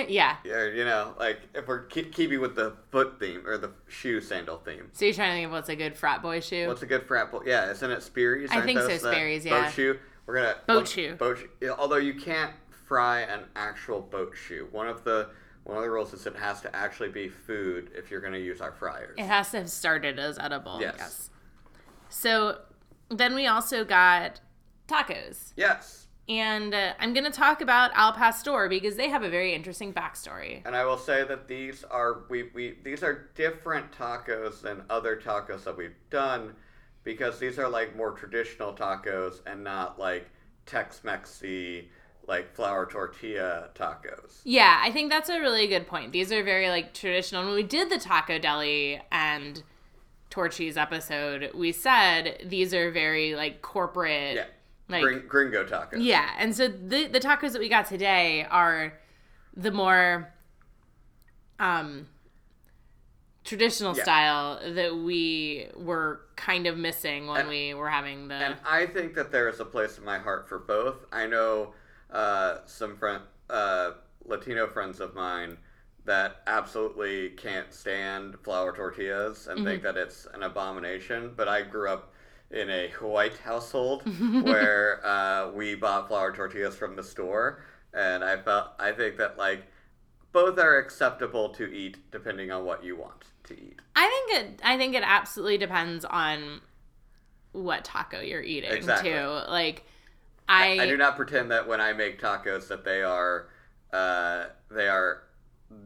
Speaker 3: yeah.
Speaker 1: or you know like if we're keep, keeping with the foot theme or the shoe sandal theme.
Speaker 3: So you're trying to think of what's a good frat boy shoe?
Speaker 1: What's a good frat boy? Yeah, isn't it Speary's?
Speaker 3: I
Speaker 1: Aren't
Speaker 3: think so,
Speaker 1: those the
Speaker 3: Sperry's, yeah.
Speaker 1: Boat shoe. We're gonna
Speaker 3: Boat
Speaker 1: look-
Speaker 3: shoe.
Speaker 1: Boat shoe. yeah, Although you can't fry an actual boat shoe. One of the one of the rules is it has to actually be food if you're gonna use our fryers.
Speaker 3: It has to have started as edible.
Speaker 1: Yes.
Speaker 3: Yes. So then we also got tacos.
Speaker 1: Yes.
Speaker 3: And uh, I'm going to talk about Al Pastor because they have a very interesting backstory.
Speaker 1: And I will say that these are we, we these are different tacos than other tacos that we've done because these are like more traditional tacos and not like Tex Mexy like flour tortilla tacos.
Speaker 3: Yeah, I think that's a really good point. These are very like traditional. When we did the Taco Deli and Torchy's episode, we said these are very like corporate.
Speaker 1: Yeah.
Speaker 3: Like
Speaker 1: Gring, gringo tacos.
Speaker 3: Yeah, and so the the tacos that we got today are the more um traditional
Speaker 1: Yeah.
Speaker 3: style that we were kind of missing when
Speaker 1: And-
Speaker 3: we were having the
Speaker 1: And I think that there is a place in my heart for both. I know uh, some friend, uh, Latino friends of mine that absolutely can't stand flour tortillas and think that it's an abomination, but I grew up in a white household where uh, we bought flour tortillas from the store. And I felt, I think that like both are acceptable to eat depending on what you want to eat.
Speaker 3: I think it I think it absolutely depends on what taco you're eating
Speaker 1: Exactly.
Speaker 3: too. Like I,
Speaker 1: I do not pretend that when I make tacos that they are uh, they are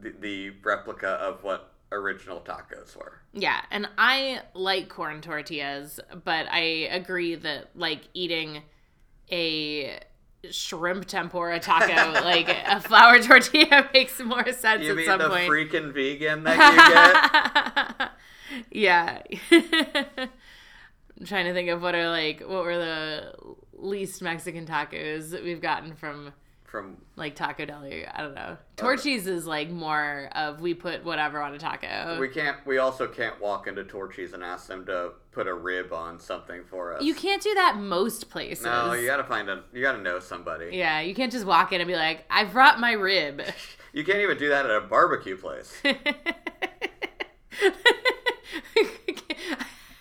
Speaker 1: the, the replica of what original tacos were.
Speaker 3: yeah, and I like corn tortillas, but I agree that like eating a shrimp
Speaker 1: [laughs]
Speaker 3: tempura taco like a flour tortilla [laughs] makes more sense
Speaker 1: You
Speaker 3: at
Speaker 1: mean
Speaker 3: some
Speaker 1: the
Speaker 3: point. [laughs]
Speaker 1: freaking vegan that
Speaker 3: yeah. [laughs] I'm trying to think of what are like what were the least Mexican tacos that we've gotten
Speaker 1: you
Speaker 3: from
Speaker 1: get from
Speaker 3: like taco deli. I don't
Speaker 1: Uh,
Speaker 3: know. Torchies is like more of we put whatever on a taco.
Speaker 1: we can't we also can't walk into Torchy's and ask them to put a rib on something for us.
Speaker 3: you can't do that most places.
Speaker 1: no, you gotta find a you gotta know somebody.
Speaker 3: yeah, you can't just walk in and be like, "I brought my rib." [laughs]
Speaker 1: You can't even do that at a barbecue place.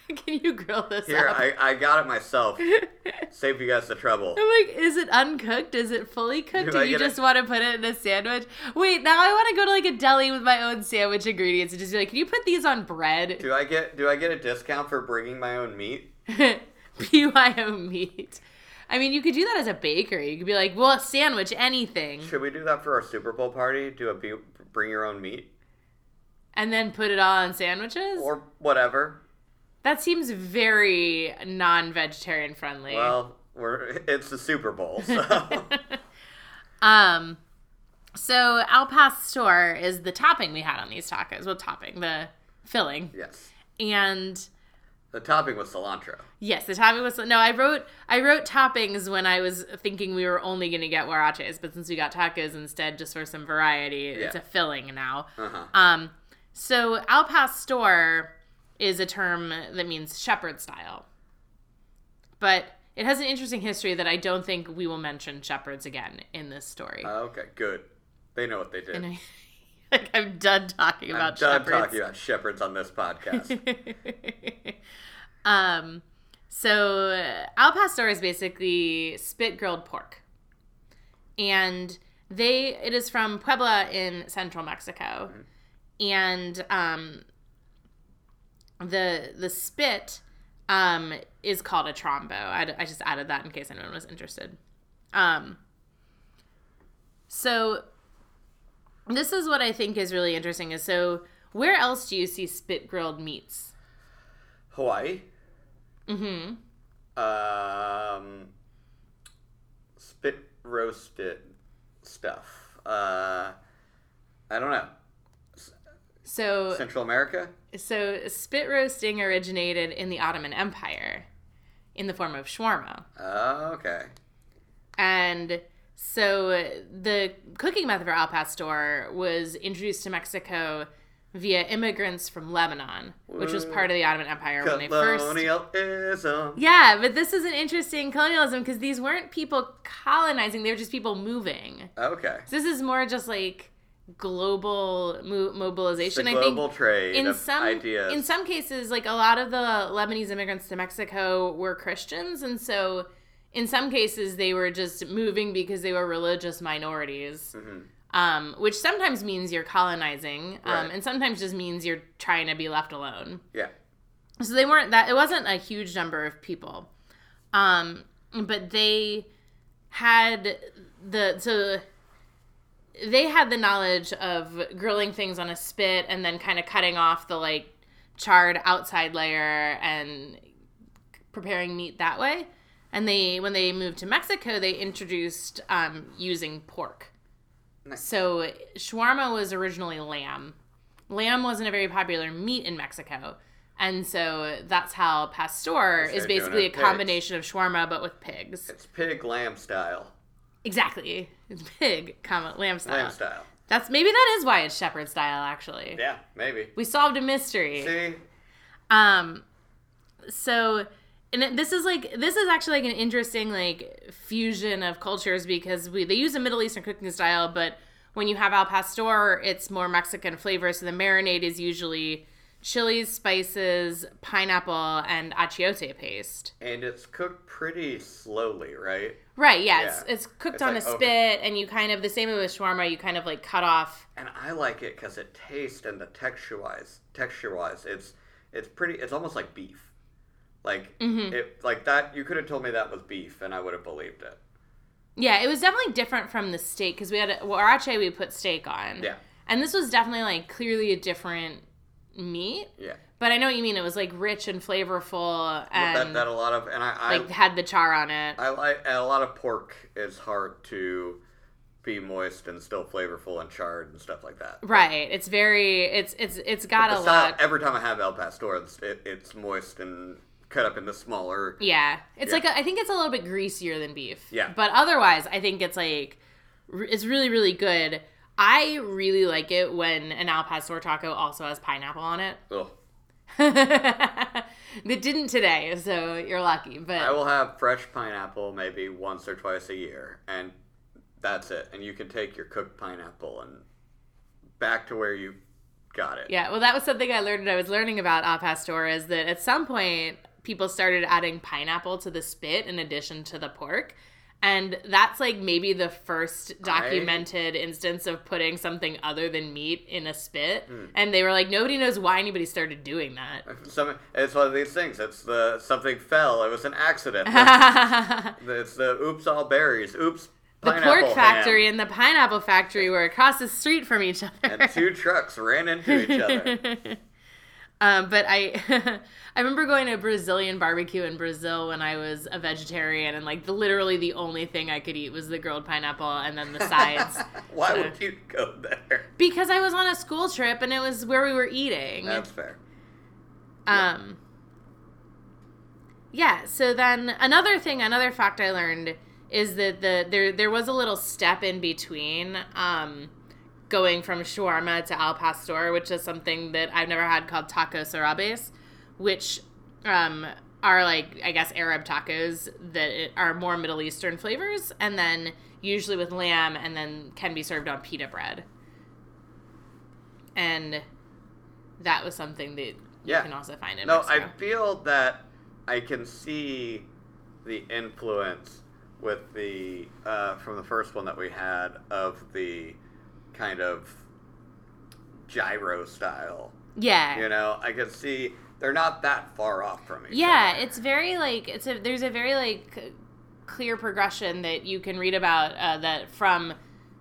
Speaker 3: Can you grill this
Speaker 1: Here,
Speaker 3: up?
Speaker 1: I, I got it myself.
Speaker 3: [laughs]
Speaker 1: Save you guys the trouble.
Speaker 3: I'm like, is it uncooked? Is it fully cooked?
Speaker 1: Do
Speaker 3: Do
Speaker 1: I
Speaker 3: you
Speaker 1: get a-
Speaker 3: just want to put it in a sandwich? Wait, now I want to go to like a deli with my own sandwich ingredients and just be like, can you put these on bread?
Speaker 1: Do I get do I get a discount for bringing my own meat?
Speaker 3: [laughs] BYO meat. I mean, you could do that as a bakery. You could be like, well, a sandwich, anything,
Speaker 1: Should we do that for our Super Bowl party? Do a be- bring your own meat
Speaker 3: and then put it all on sandwiches.
Speaker 1: or whatever.
Speaker 3: that seems very non-vegetarian friendly.
Speaker 1: Well, we're it's the Super Bowl,
Speaker 3: [laughs]
Speaker 1: so
Speaker 3: um, so al pastor is the topping we had on these tacos. Well, topping the filling,
Speaker 1: yes.
Speaker 3: and
Speaker 1: The topping was cilantro.
Speaker 3: yes, the topping was no. I wrote I wrote toppings when I was thinking we were only going to get huaraches, but since we got tacos instead, just for some variety, it's
Speaker 1: Yeah.
Speaker 3: a filling now.
Speaker 1: Uh huh.
Speaker 3: Um, so al pastor is a term that means shepherd style, but it has an interesting history that I don't think we will mention shepherds again in this story.
Speaker 1: Okay, good. They know what they did.
Speaker 3: And I- [laughs] like I'm done talking
Speaker 1: I'm
Speaker 3: about
Speaker 1: done
Speaker 3: shepherds.
Speaker 1: talking about shepherds on this
Speaker 3: [laughs]
Speaker 1: podcast.
Speaker 3: um, so uh, al pastor is basically spit grilled pork, and They it is from Puebla in central Mexico, and um, the the spit um, is called a trombo. I, I just added that in case anyone was interested. Um, so this is what I think is really interesting is so where else do you see spit grilled meats?
Speaker 1: Hawaii.
Speaker 3: Mm-hmm.
Speaker 1: Um, spit roasted stuff. Uh, I don't know.
Speaker 3: So
Speaker 1: Central America.
Speaker 3: So spit roasting originated in the Ottoman Empire in the form of shawarma.
Speaker 1: Oh, okay.
Speaker 3: And so the cooking method for al pastor was introduced to Mexico via immigrants from Lebanon, which was part of the Ottoman Empire when they first
Speaker 1: Colonialism.
Speaker 3: yeah, but this is an interesting colonialism because these weren't people colonizing, they were just people moving.
Speaker 1: Okay.
Speaker 3: So this is more just like global mo-
Speaker 1: It's
Speaker 3: mobilization.
Speaker 1: the
Speaker 3: I think
Speaker 1: global trade
Speaker 3: in
Speaker 1: of
Speaker 3: some
Speaker 1: ideas.
Speaker 3: in some cases like a lot of the lebanese immigrants to mexico were christians and so in some cases they were just moving because they were religious minorities
Speaker 1: Mhm.
Speaker 3: um, which sometimes means you're colonizing um,
Speaker 1: Right.
Speaker 3: and sometimes just means you're trying to be left alone
Speaker 1: Yeah.
Speaker 3: so they weren't that it wasn't a huge number of people um but they had the so they had the knowledge of grilling things on a spit and then kind of cutting off the like charred outside layer and preparing meat that way and they when they moved to mexico they introduced um, using pork
Speaker 1: Nice.
Speaker 3: so shawarma was originally lamb lamb wasn't a very popular meat in Mexico. And so that's how pastor
Speaker 1: That's
Speaker 3: is
Speaker 1: how you're doing
Speaker 3: basically
Speaker 1: it
Speaker 3: a
Speaker 1: with pigs.
Speaker 3: combination of shawarma but with pigs.
Speaker 1: It's pig lamb style.
Speaker 3: Exactly. It's pig, comma, lamb style.
Speaker 1: Lamb style.
Speaker 3: That's maybe that is why it's shepherd style actually.
Speaker 1: Yeah, maybe.
Speaker 3: We solved a mystery.
Speaker 1: See?
Speaker 3: Um so and it- this is like this is actually like an interesting like fusion of cultures because we they use a Middle Eastern cooking style, but when you have al pastor, it's more Mexican flavor. So the marinade is usually chilies, spices, pineapple, and achiote paste.
Speaker 1: And it's cooked pretty slowly, right?
Speaker 3: Right? Yeah, It's,
Speaker 1: Yeah.
Speaker 3: it's cooked
Speaker 1: It's
Speaker 3: on
Speaker 1: like
Speaker 3: a
Speaker 1: over-
Speaker 3: spit, and you kind of the same way with shawarma. You kind of like cut off.
Speaker 1: And I like it because it tastes and the texture wise, texture wise, it's it's pretty. It's almost like beef. Like
Speaker 3: Mm-hmm.
Speaker 1: it, like that. You could have told me that was beef, and I would have believed it.
Speaker 3: Yeah, it was definitely different from the steak because we had well, arache we put steak on.
Speaker 1: Yeah.
Speaker 3: and this was definitely like clearly a different meat.
Speaker 1: Yeah,
Speaker 3: But I know what you mean. It was like rich and flavorful,
Speaker 1: that,
Speaker 3: and
Speaker 1: that a lot of and I I,
Speaker 3: like had the char on it.
Speaker 1: I like and a lot of pork is hard to be moist and still flavorful and charred and stuff like that.
Speaker 3: right. It's very. It's it's it's got
Speaker 1: The
Speaker 3: a
Speaker 1: style-
Speaker 3: lot.
Speaker 1: Every time I have El Pastor, it's, it, it's moist and cut up into smaller.
Speaker 3: Yeah. It's
Speaker 1: Yeah.
Speaker 3: like a, I think it's a little bit greasier than beef.
Speaker 1: Yeah.
Speaker 3: But otherwise, I think it's like r- it's really really good. I really like it when an al pastor taco also has pineapple on it. [laughs]
Speaker 1: Ugh.
Speaker 3: that didn't today, so you're lucky. But
Speaker 1: I will have fresh pineapple maybe once or twice a year, and that's it. And you can take your cooked pineapple and back to where you got it.
Speaker 3: Yeah, well, that was something I learned. I was learning about al pastor is that at some point people started adding pineapple to the spit in addition to the pork, and that's like maybe the first documented instance of putting something other than meat in a spit.
Speaker 1: Hmm.
Speaker 3: And they were like, nobody knows why anybody started
Speaker 1: [laughs]
Speaker 3: doing that.
Speaker 1: Some, it's one of these things. It's the something fell. It was an accident.
Speaker 3: [laughs]
Speaker 1: it's the oops all berries. Oops.
Speaker 3: the
Speaker 1: pineapple
Speaker 3: pork
Speaker 1: ham.
Speaker 3: factory and the pineapple factory were across the street from each other.
Speaker 1: and two trucks ran into each
Speaker 3: [laughs]
Speaker 1: other.
Speaker 3: Um, but I, [laughs] I remember going to a Brazilian barbecue in Brazil when I was a vegetarian, and like the, literally the only thing I could eat was the grilled pineapple and then the
Speaker 1: [laughs]
Speaker 3: sides
Speaker 1: Why would you go there?
Speaker 3: because I was on a school trip and it was where we were eating.
Speaker 1: That's fair.
Speaker 3: Um, yeah. So then another thing, another fact I learned is that the there there was a little step in between um, going from shawarma to al pastor, which is something that I've never had called taco sarabes, which um, are like I guess Arab tacos that it- are more Middle Eastern flavors, and then usually with lamb, and then can be served on pita bread. And that was something that
Speaker 1: Yeah.
Speaker 3: you can also find in
Speaker 1: No, I
Speaker 3: Mexico.
Speaker 1: feel that I can see the influence with the uh, from the first one that we had of the kind of gyro style.
Speaker 3: Yeah.
Speaker 1: You know, I could see they're not that far off from each
Speaker 3: Yeah,
Speaker 1: other.
Speaker 3: it's very like it's a there's a very like c- clear progression that you can read about uh, that from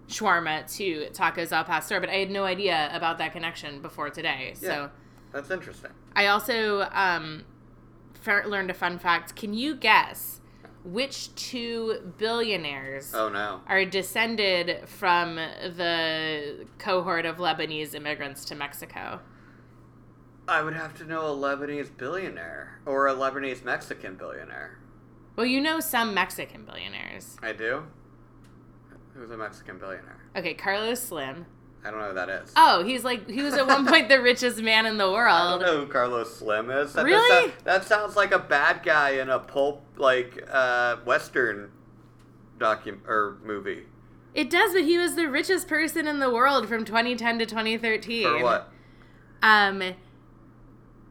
Speaker 3: shawarma to tacos al pastor, but I had no idea about that connection before today. So
Speaker 1: Yeah. that's interesting.
Speaker 3: I also um, fer- learned a fun fact. Can you guess which two billionaires
Speaker 1: Oh no.
Speaker 3: are descended from the cohort of Lebanese immigrants to Mexico?
Speaker 1: I would have to know a Lebanese billionaire or a Lebanese Mexican billionaire.
Speaker 3: Well, you know some Mexican billionaires.
Speaker 1: I do. Who's a Mexican billionaire?
Speaker 3: Okay, Carlos Slim.
Speaker 1: I don't know who that is.
Speaker 3: Oh, he's like he was
Speaker 1: [laughs]
Speaker 3: at one point the richest man in the
Speaker 1: I don't
Speaker 3: world.
Speaker 1: know who Carlos Slim is. That,
Speaker 3: Um, Really?
Speaker 1: That, sound- that sounds like a bad guy in a pulp, like uh, Western docu or movie.
Speaker 3: It does, but he was the richest person in the world from 2010 to 2013.
Speaker 1: For what?
Speaker 3: Um,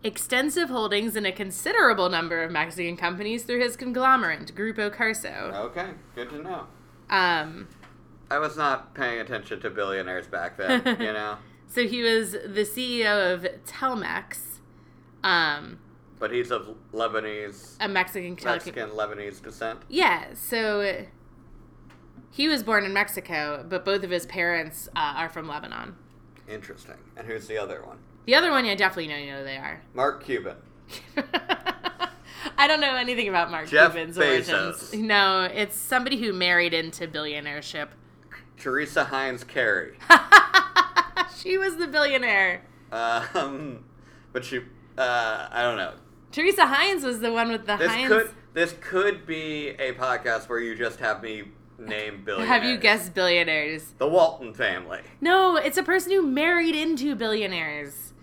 Speaker 3: extensive holdings in a considerable number of Mexican companies through his conglomerate Grupo Carso.
Speaker 1: Okay, good to know.
Speaker 3: Um,
Speaker 1: I was not paying attention to billionaires back then. you know,
Speaker 3: so he was the CEO of Telmex, um,
Speaker 1: but he's of Lebanese,
Speaker 3: a Mexican telecom-
Speaker 1: Mexican Lebanese descent.
Speaker 3: Yeah, so he was born in Mexico, but both of his parents uh, are from Lebanon.
Speaker 1: Interesting. And who's the other one?
Speaker 3: The other one, I definitely know you know who they are.
Speaker 1: Mark Cuban.
Speaker 3: [laughs] I don't know anything about Mark
Speaker 1: Jeff
Speaker 3: Cuban's
Speaker 1: Bezos.
Speaker 3: origins. No, it's somebody who married into billionaireship. [laughs]
Speaker 1: Teresa Hines Carey.
Speaker 3: she was the billionaire.
Speaker 1: um, but she, uh, I don't know.
Speaker 3: Teresa Hines was the one with the
Speaker 1: This
Speaker 3: Hines.
Speaker 1: could this could be a podcast where you just have me name billionaires.
Speaker 3: [laughs] Have you guessed billionaires?
Speaker 1: the Walton family?
Speaker 3: No, it's a person who married into billionaires.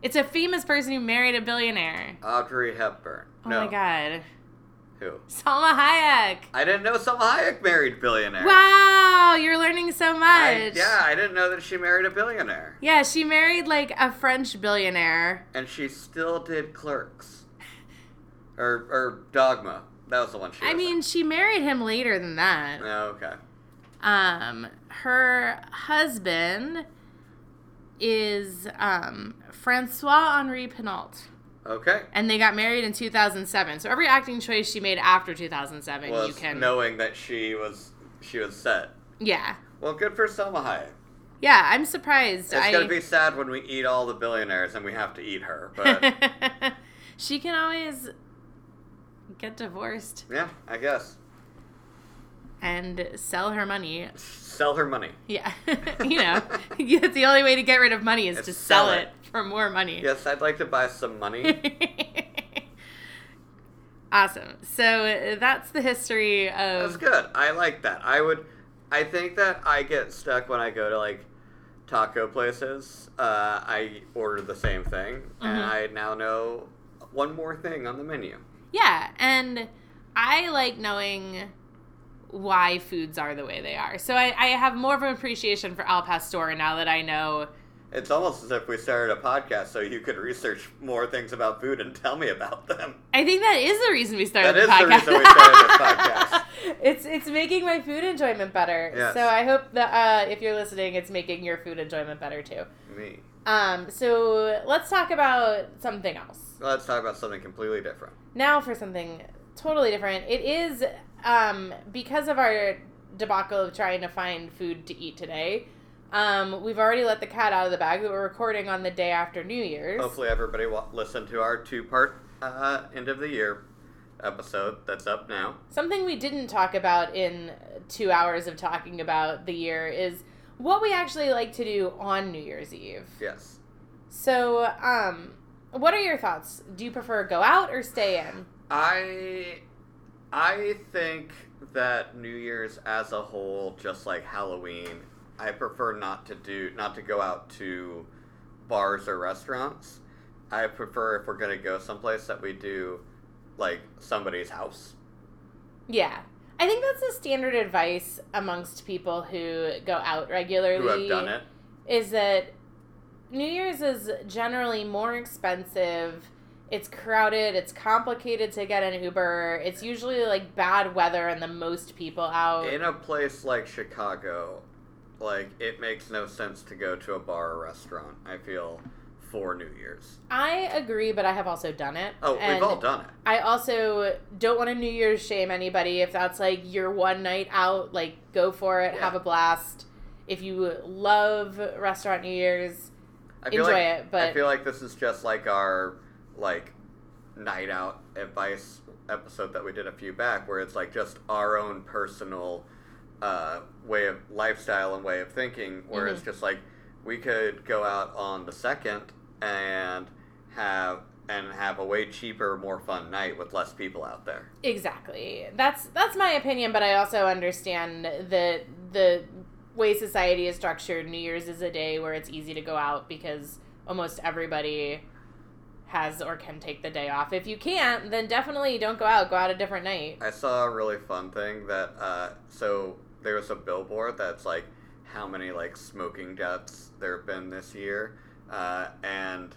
Speaker 3: It's a famous person who married a billionaire.
Speaker 1: Audrey Hepburn.
Speaker 3: Oh
Speaker 1: no.
Speaker 3: my god.
Speaker 1: Who?
Speaker 3: Salma Hayek.
Speaker 1: I didn't know Selma Hayek married billionaires.
Speaker 3: Wow, you're learning so much.
Speaker 1: I, yeah, I didn't know that she married a billionaire.
Speaker 3: Yeah, she married like a French billionaire.
Speaker 1: And she still did Clerks. Or or Dogma. That was the one she.
Speaker 3: I
Speaker 1: was
Speaker 3: mean, she married him later than
Speaker 1: in.
Speaker 3: that.
Speaker 1: Oh, okay.
Speaker 3: Um, her husband is um, Francois Henri Penault.
Speaker 1: Okay.
Speaker 3: And they got married in 2007. So every acting choice she made after 2007,
Speaker 1: Was
Speaker 3: you can.
Speaker 1: knowing that she was she was set.
Speaker 3: Yeah.
Speaker 1: Well, good for Selma Hayek.
Speaker 3: Yeah, I'm surprised.
Speaker 1: It's
Speaker 3: I,
Speaker 1: gonna
Speaker 3: [laughs]
Speaker 1: be sad when we eat all the billionaires and we have to eat her,
Speaker 3: [laughs]
Speaker 1: but
Speaker 3: she can always get divorced
Speaker 1: yeah, I guess
Speaker 3: and sell her money.
Speaker 1: sell her money.
Speaker 3: Yeah. [laughs] you know, it's the only way to get rid of money is
Speaker 1: It's
Speaker 3: to sell,
Speaker 1: sell
Speaker 3: it.
Speaker 1: it.
Speaker 3: for more money.
Speaker 1: Yes, I'd like to buy some
Speaker 3: [laughs]
Speaker 1: money.
Speaker 3: awesome. So uh, that's the history
Speaker 1: That's
Speaker 3: of.
Speaker 1: good. I like that. I would. I think that I get stuck when I go to like taco places. Uh, I order the same thing, and I now know one more thing on the menu.
Speaker 3: Yeah, and I like knowing why foods are the way they are. So I, I have more of an appreciation for Al Pastor now that I know.
Speaker 1: It's almost as if we started a podcast so you could research more things about food and tell me about them. [laughs]
Speaker 3: I think that is the reason we started
Speaker 1: That is
Speaker 3: the
Speaker 1: the
Speaker 3: podcast.
Speaker 1: reason we started this podcast.
Speaker 3: [laughs] it's it's making my food enjoyment better.
Speaker 1: Yes.
Speaker 3: So I hope that uh, if you're listening, it's making your food enjoyment better too.
Speaker 1: Me.
Speaker 3: Um, so let's talk about something else.
Speaker 1: Let's talk about something completely different.
Speaker 3: Now for something totally different. It is um, because of our debacle of trying to find food to eat today. Um, we've already let the cat out of the bag that we're recording on the day after New Year's.
Speaker 1: Hopefully, everybody will listen to our two-part uh, end of the year episode that's up now.
Speaker 3: Something we didn't talk about in two hours of talking about the year is what we actually like to do on New Year's Eve.
Speaker 1: Yes.
Speaker 3: So, um, what are your thoughts? Do you prefer go out or stay in?
Speaker 1: I I think that New Year's as a whole, just like Halloween, I prefer not to do not to go out to bars or restaurants. I prefer if we're gonna go someplace that we do like somebody's house.
Speaker 3: Yeah. I think that's the standard advice amongst people who go out regularly.
Speaker 1: Who have done it.
Speaker 3: Is that New Year's is generally more expensive. It's crowded. It's complicated to get an Uber. It's usually like bad weather and the most people out.
Speaker 1: In a place like Chicago, like it makes no sense to go to a bar or restaurant. I feel for New Year's.
Speaker 3: I agree, but I have also done it.
Speaker 1: Oh, we've
Speaker 3: And
Speaker 1: all done it.
Speaker 3: I also don't want to New Year's shame anybody. If that's like your one night out, like go for it,
Speaker 1: Yeah.
Speaker 3: have a blast. If you love restaurant New Year's,
Speaker 1: I feel
Speaker 3: enjoy
Speaker 1: like,
Speaker 3: it, but-
Speaker 1: I feel like this is just like our like night out advice episode that we did a few back, where it's like just our own personal uh, way of lifestyle and way of thinking. Where it's just like we could go out on the second and have and have a way cheaper, more fun night with less people out there.
Speaker 3: exactly. That's that's my opinion, but I also understand that the way society is structured, New Year's is a day where it's easy to go out because almost everybody has or can take the day off. If you can't, then definitely don't go out. Go out a different night.
Speaker 1: I saw a really fun thing that uh, so there was a billboard that's like how many like smoking deaths there have been this year, uh, and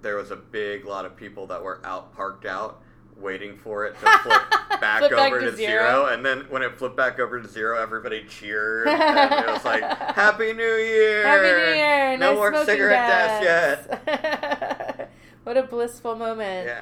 Speaker 1: there was a big lot of people that were out parked out waiting for
Speaker 3: [laughs]
Speaker 1: it to flip back
Speaker 3: Flip
Speaker 1: over
Speaker 3: back
Speaker 1: to,
Speaker 3: to
Speaker 1: zero.
Speaker 3: zero.
Speaker 1: and then when it flipped back over to zero, everybody cheered. and it was
Speaker 3: [laughs]
Speaker 1: like Happy New Year!
Speaker 3: Happy New Year!
Speaker 1: No
Speaker 3: No,
Speaker 1: more
Speaker 3: smoking
Speaker 1: cigarette deaths
Speaker 3: yet. [laughs] what a blissful moment.
Speaker 1: Yeah,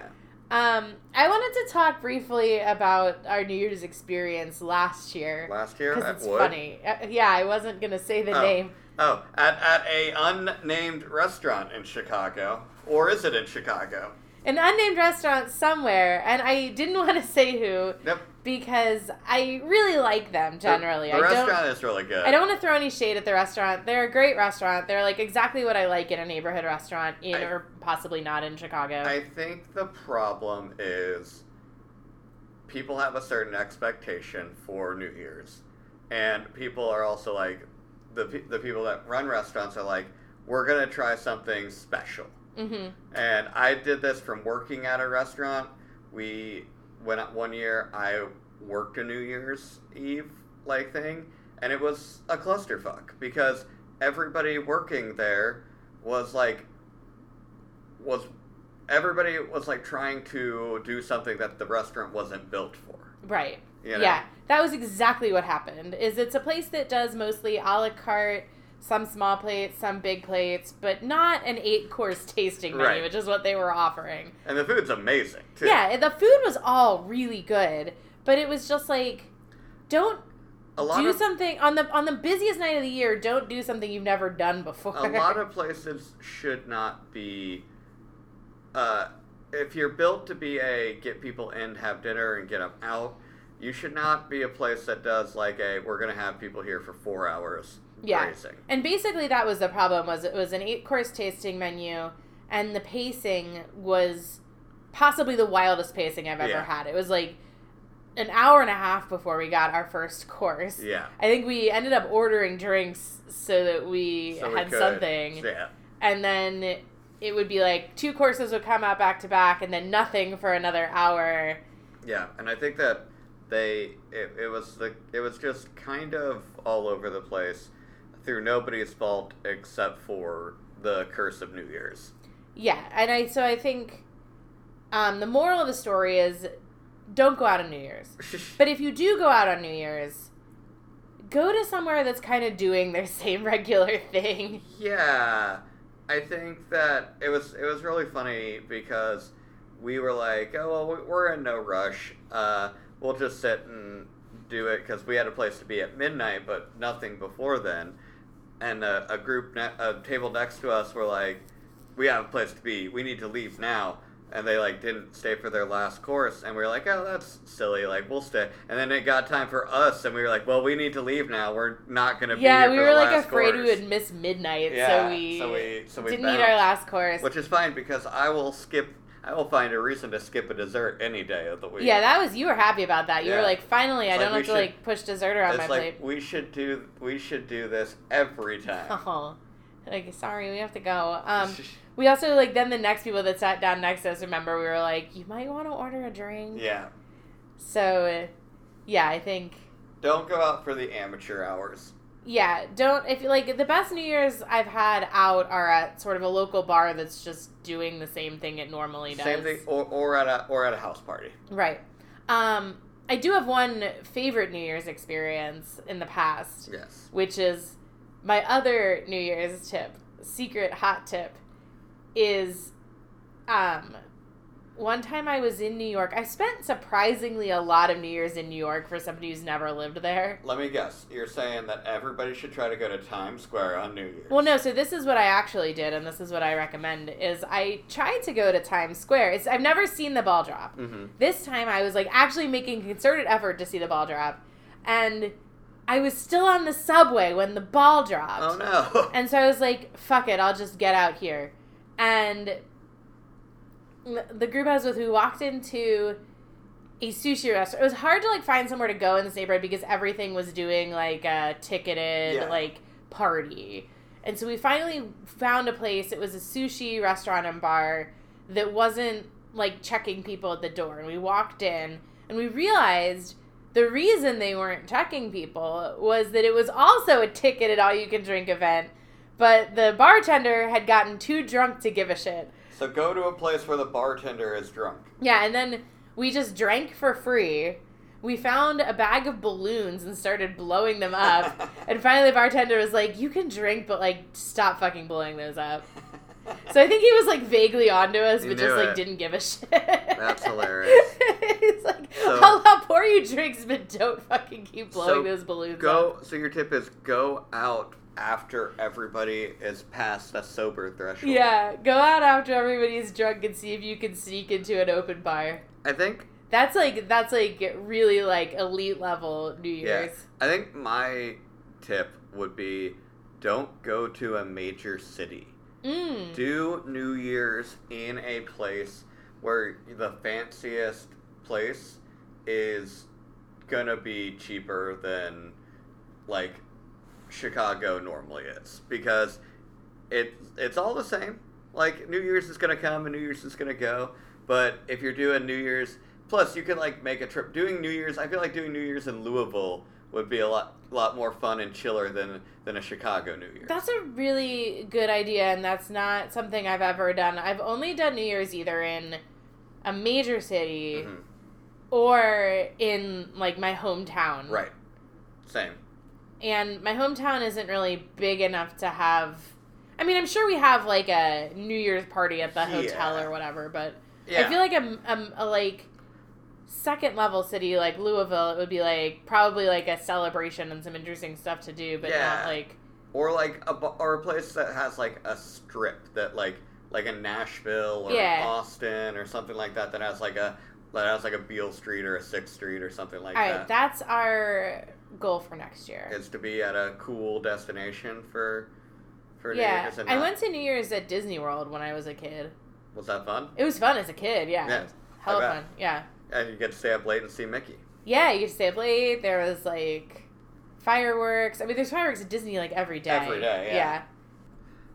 Speaker 3: Um, I wanted to talk briefly about our New Year's experience last year
Speaker 1: last year
Speaker 3: because
Speaker 1: at
Speaker 3: it's
Speaker 1: Wood.
Speaker 3: funny. Uh, yeah, I wasn't gonna say the
Speaker 1: Oh.
Speaker 3: name.
Speaker 1: Oh, at, at a unnamed restaurant in Chicago, or is it in Chicago?
Speaker 3: An unnamed restaurant somewhere, and I didn't [laughs] want to say who
Speaker 1: Yep.
Speaker 3: because I really like them
Speaker 1: The-
Speaker 3: generally.
Speaker 1: the,
Speaker 3: I don't.
Speaker 1: restaurant is really good.
Speaker 3: I don't want to throw any shade at the restaurant. They're a great restaurant. They're like exactly what I like in a neighborhood restaurant in
Speaker 1: I-
Speaker 3: or possibly not in Chicago.
Speaker 1: I think the problem is people have a certain expectation for New Year's, and people are also like the pe- the people that run restaurants are like, we're gonna try something special.
Speaker 3: mm-hmm.
Speaker 1: And I did this from working at a restaurant. We went out one year. I worked a New Year's Eve like thing, and it was a clusterfuck because everybody working there was like was everybody was like trying to do something that the restaurant wasn't built for.
Speaker 3: Right.
Speaker 1: You know?
Speaker 3: Yeah. That was exactly what happened. Is it's a place that does mostly a la carte, some small plates, some big plates, but not an eight course [laughs] tasting menu,
Speaker 1: Right.
Speaker 3: which is what they were offering.
Speaker 1: And the food's amazing too.
Speaker 3: Yeah, the food was all really good, but it was just like don't
Speaker 1: a lot
Speaker 3: do
Speaker 1: of
Speaker 3: something on the on the busiest night of the year, don't do something you've never done before.
Speaker 1: a lot of places should not be uh, if you're built to be a get people in have dinner and get them out you should not be a place that does like a we're gonna have people here for four hours
Speaker 3: Yeah.
Speaker 1: grazing.
Speaker 3: [laughs] And basically, that was the problem. Was it was an eight course tasting menu, and the pacing was possibly the wildest pacing I've ever
Speaker 1: Yeah.
Speaker 3: had. It was like an hour and a half before we got our first course.
Speaker 1: yeah
Speaker 3: I think we ended up ordering drinks so that we
Speaker 1: So we
Speaker 3: had
Speaker 1: could-
Speaker 3: something,
Speaker 1: yeah
Speaker 3: and then it would be like two courses would come out back to back, and then nothing for another hour.
Speaker 1: yeah and i think that they it, it was the it was just kind of all over the place through nobody's fault except for the curse of new year's [laughs]
Speaker 3: Yeah, and I so I think um, the moral of the story is don't go out on New Year's. But if you do go out on New Year's, go to somewhere that's kind of doing their [laughs] same regular thing. [laughs]
Speaker 1: Yeah, I think that it was it was really funny because we were like, oh well, we- we're in no rush. Uh, we'll just sit and do it because we had a place to be at midnight, but nothing before then. And a, a group, ne- a table next to us, were like, we have a place to be. We need to leave now. And they like didn't stay for their last course, and we were like, "Oh, that's silly. Like, we'll stay." And then it got time for us, and we were like, "Well, we need to leave now. We're not gonna be."
Speaker 3: Yeah,
Speaker 1: here
Speaker 3: we
Speaker 1: for
Speaker 3: were
Speaker 1: the
Speaker 3: like
Speaker 1: last
Speaker 3: afraid we
Speaker 1: course."
Speaker 3: would miss midnight,
Speaker 1: Yeah,
Speaker 3: so we,
Speaker 1: so we- so we
Speaker 3: didn't eat
Speaker 1: bounced.
Speaker 3: our last course.
Speaker 1: Which is fine because I will skip. I will find a reason to skip a dessert any day of the week.
Speaker 3: yeah, that was you were happy about that. You
Speaker 1: Yeah.
Speaker 3: were like, finally, I
Speaker 1: It's like
Speaker 3: don't
Speaker 1: we
Speaker 3: have to
Speaker 1: should-
Speaker 3: like push dessert around
Speaker 1: it's
Speaker 3: my
Speaker 1: like
Speaker 3: plate.
Speaker 1: we should do. We should do this
Speaker 3: [laughs]
Speaker 1: every time.
Speaker 3: Oh, like sorry, we have to go. Um, we also like then the next people that sat down next to us. Remember, we were like, you might want to order a drink.
Speaker 1: [laughs] yeah,
Speaker 3: So, yeah, I think
Speaker 1: don't go out for the amateur hours.
Speaker 3: Yeah, don't if you like the best New Year's I've had out are at sort of a local bar that's just doing the same thing it normally does.
Speaker 1: Same thing, or, or at a or at a house party.
Speaker 3: Right. Um, I do have one favorite New Year's experience in the past,
Speaker 1: Yes.
Speaker 3: which is my other New Year's tip, secret hot tip, is um, one time I was in New York. I spent surprisingly a lot of New Year's in New York for somebody who's never lived there.
Speaker 1: Let me guess. You're saying that everybody should try to go to Times Square on New Year's.
Speaker 3: Well, no. So this is what I actually did, and this is what I recommend: is I tried to go to Times Square. It's I've never seen the ball drop.
Speaker 1: Mm-hmm.
Speaker 3: This time I was like actually making concerted effort to see the ball drop, and I was still on the subway when the ball dropped.
Speaker 1: Oh no.
Speaker 3: [laughs] And so I was like, "Fuck it, I'll just get out here." And the- the group I was with, we walked into a sushi restaurant. It was hard to like find somewhere to go in this neighborhood because everything was doing like a ticketed
Speaker 1: Yeah.
Speaker 3: like party. And so we finally found a place. It was a sushi restaurant and bar that wasn't like checking people at the door. And we walked in and we realized the reason they weren't checking people was that it was also a ticketed all you can drink event, but the bartender had gotten too drunk to give a shit.
Speaker 1: [laughs] so go to a place where the bartender is drunk. [laughs]
Speaker 3: Yeah, and then we just drank for free. We found a bag of balloons and started blowing
Speaker 1: [laughs]
Speaker 3: them up. and finally, the bartender was like, You can drink, but like, stop fucking blowing those up. So I think he was like vaguely onto us,
Speaker 1: He
Speaker 3: but
Speaker 1: knew
Speaker 3: just like
Speaker 1: it.
Speaker 3: didn't give a shit. That's
Speaker 1: hilarious.
Speaker 3: [laughs] He's like,
Speaker 1: So-
Speaker 3: I'll, I'll pour you drinks, but don't fucking keep blowing
Speaker 1: So,
Speaker 3: those balloons up.
Speaker 1: Go. So your tip is go out after everybody is past the sober threshold.
Speaker 3: Yeah, go out after everybody's drunk and see if you can sneak into an open bar.
Speaker 1: I think.
Speaker 3: That's like that's like really like elite level New
Speaker 1: Yeah.
Speaker 3: Year's.
Speaker 1: I think my tip would be, don't go to a major city.
Speaker 3: Mm.
Speaker 1: Do New Year's in a place where the fanciest place is gonna be cheaper than like Chicago normally is because it it's all the same. Like New Year's is gonna come and New Year's is gonna go, but if you're doing New Year's, plus you can like make a trip. Doing New Year's, I feel like doing New Year's in Louisville would be a lot lot more fun and chiller than than a Chicago New Year's.
Speaker 3: That's a really good idea, and that's not something I've ever done. I've only done New Year's either in a major city
Speaker 1: Mhm.
Speaker 3: or in like my hometown.
Speaker 1: Right. Same.
Speaker 3: And my hometown isn't really big enough to have. I mean, I'm sure we have like a New Year's party at the hotel
Speaker 1: Yeah.
Speaker 3: or whatever, but
Speaker 1: Yeah.
Speaker 3: I feel like I'm, I'm a like second level city like Louisville. It would be like probably like a celebration and some interesting stuff to do, but
Speaker 1: Yeah.
Speaker 3: not like
Speaker 1: or like a bu- or a place that has like a strip that like like in Nashville or
Speaker 3: Yeah.
Speaker 1: Austin or something like that that has like a that has like a Beale Street or a Sixth Street or something like
Speaker 3: All right,
Speaker 1: that.
Speaker 3: that's our goal for next year.
Speaker 1: is to be at a cool destination for for New
Speaker 3: yeah,
Speaker 1: Year's. And
Speaker 3: I
Speaker 1: not-
Speaker 3: went to New Year's at Disney World when I was a kid.
Speaker 1: Was that fun?
Speaker 3: It was fun as a kid, yeah.
Speaker 1: Yeah,
Speaker 3: Hella
Speaker 1: bet.
Speaker 3: fun, yeah.
Speaker 1: And you get to stay up late and see Mickey.
Speaker 3: Yeah, you could stay up late. There was like fireworks. I mean, there's fireworks at Disney like every day.
Speaker 1: Every day, yeah.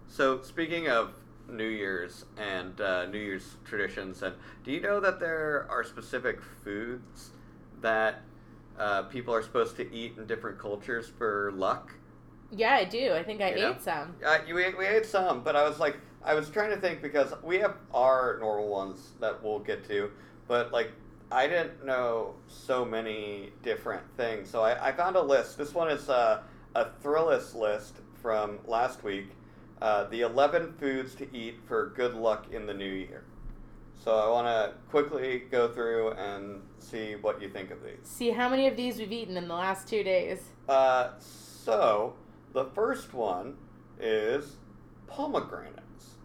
Speaker 1: So speaking of New Year's and uh, New Year's traditions, and do you know that there are specific foods that uh, people are supposed to eat in different cultures for luck?
Speaker 3: Yeah, I do. I think I
Speaker 1: You know?
Speaker 3: ate some.
Speaker 1: Uh, you ate, we ate some, but I was like, I was trying to think because we have our normal ones that we'll get to, but like, I didn't know so many different things. So I, I found a list. This one is uh, a Thrillist list from last week uh, the 11 foods to eat for good luck in the new year. So I want to quickly go through and see what you think of these.
Speaker 3: See how many of these we've eaten in the last two days.
Speaker 1: Uh, so the first one is pomegranates.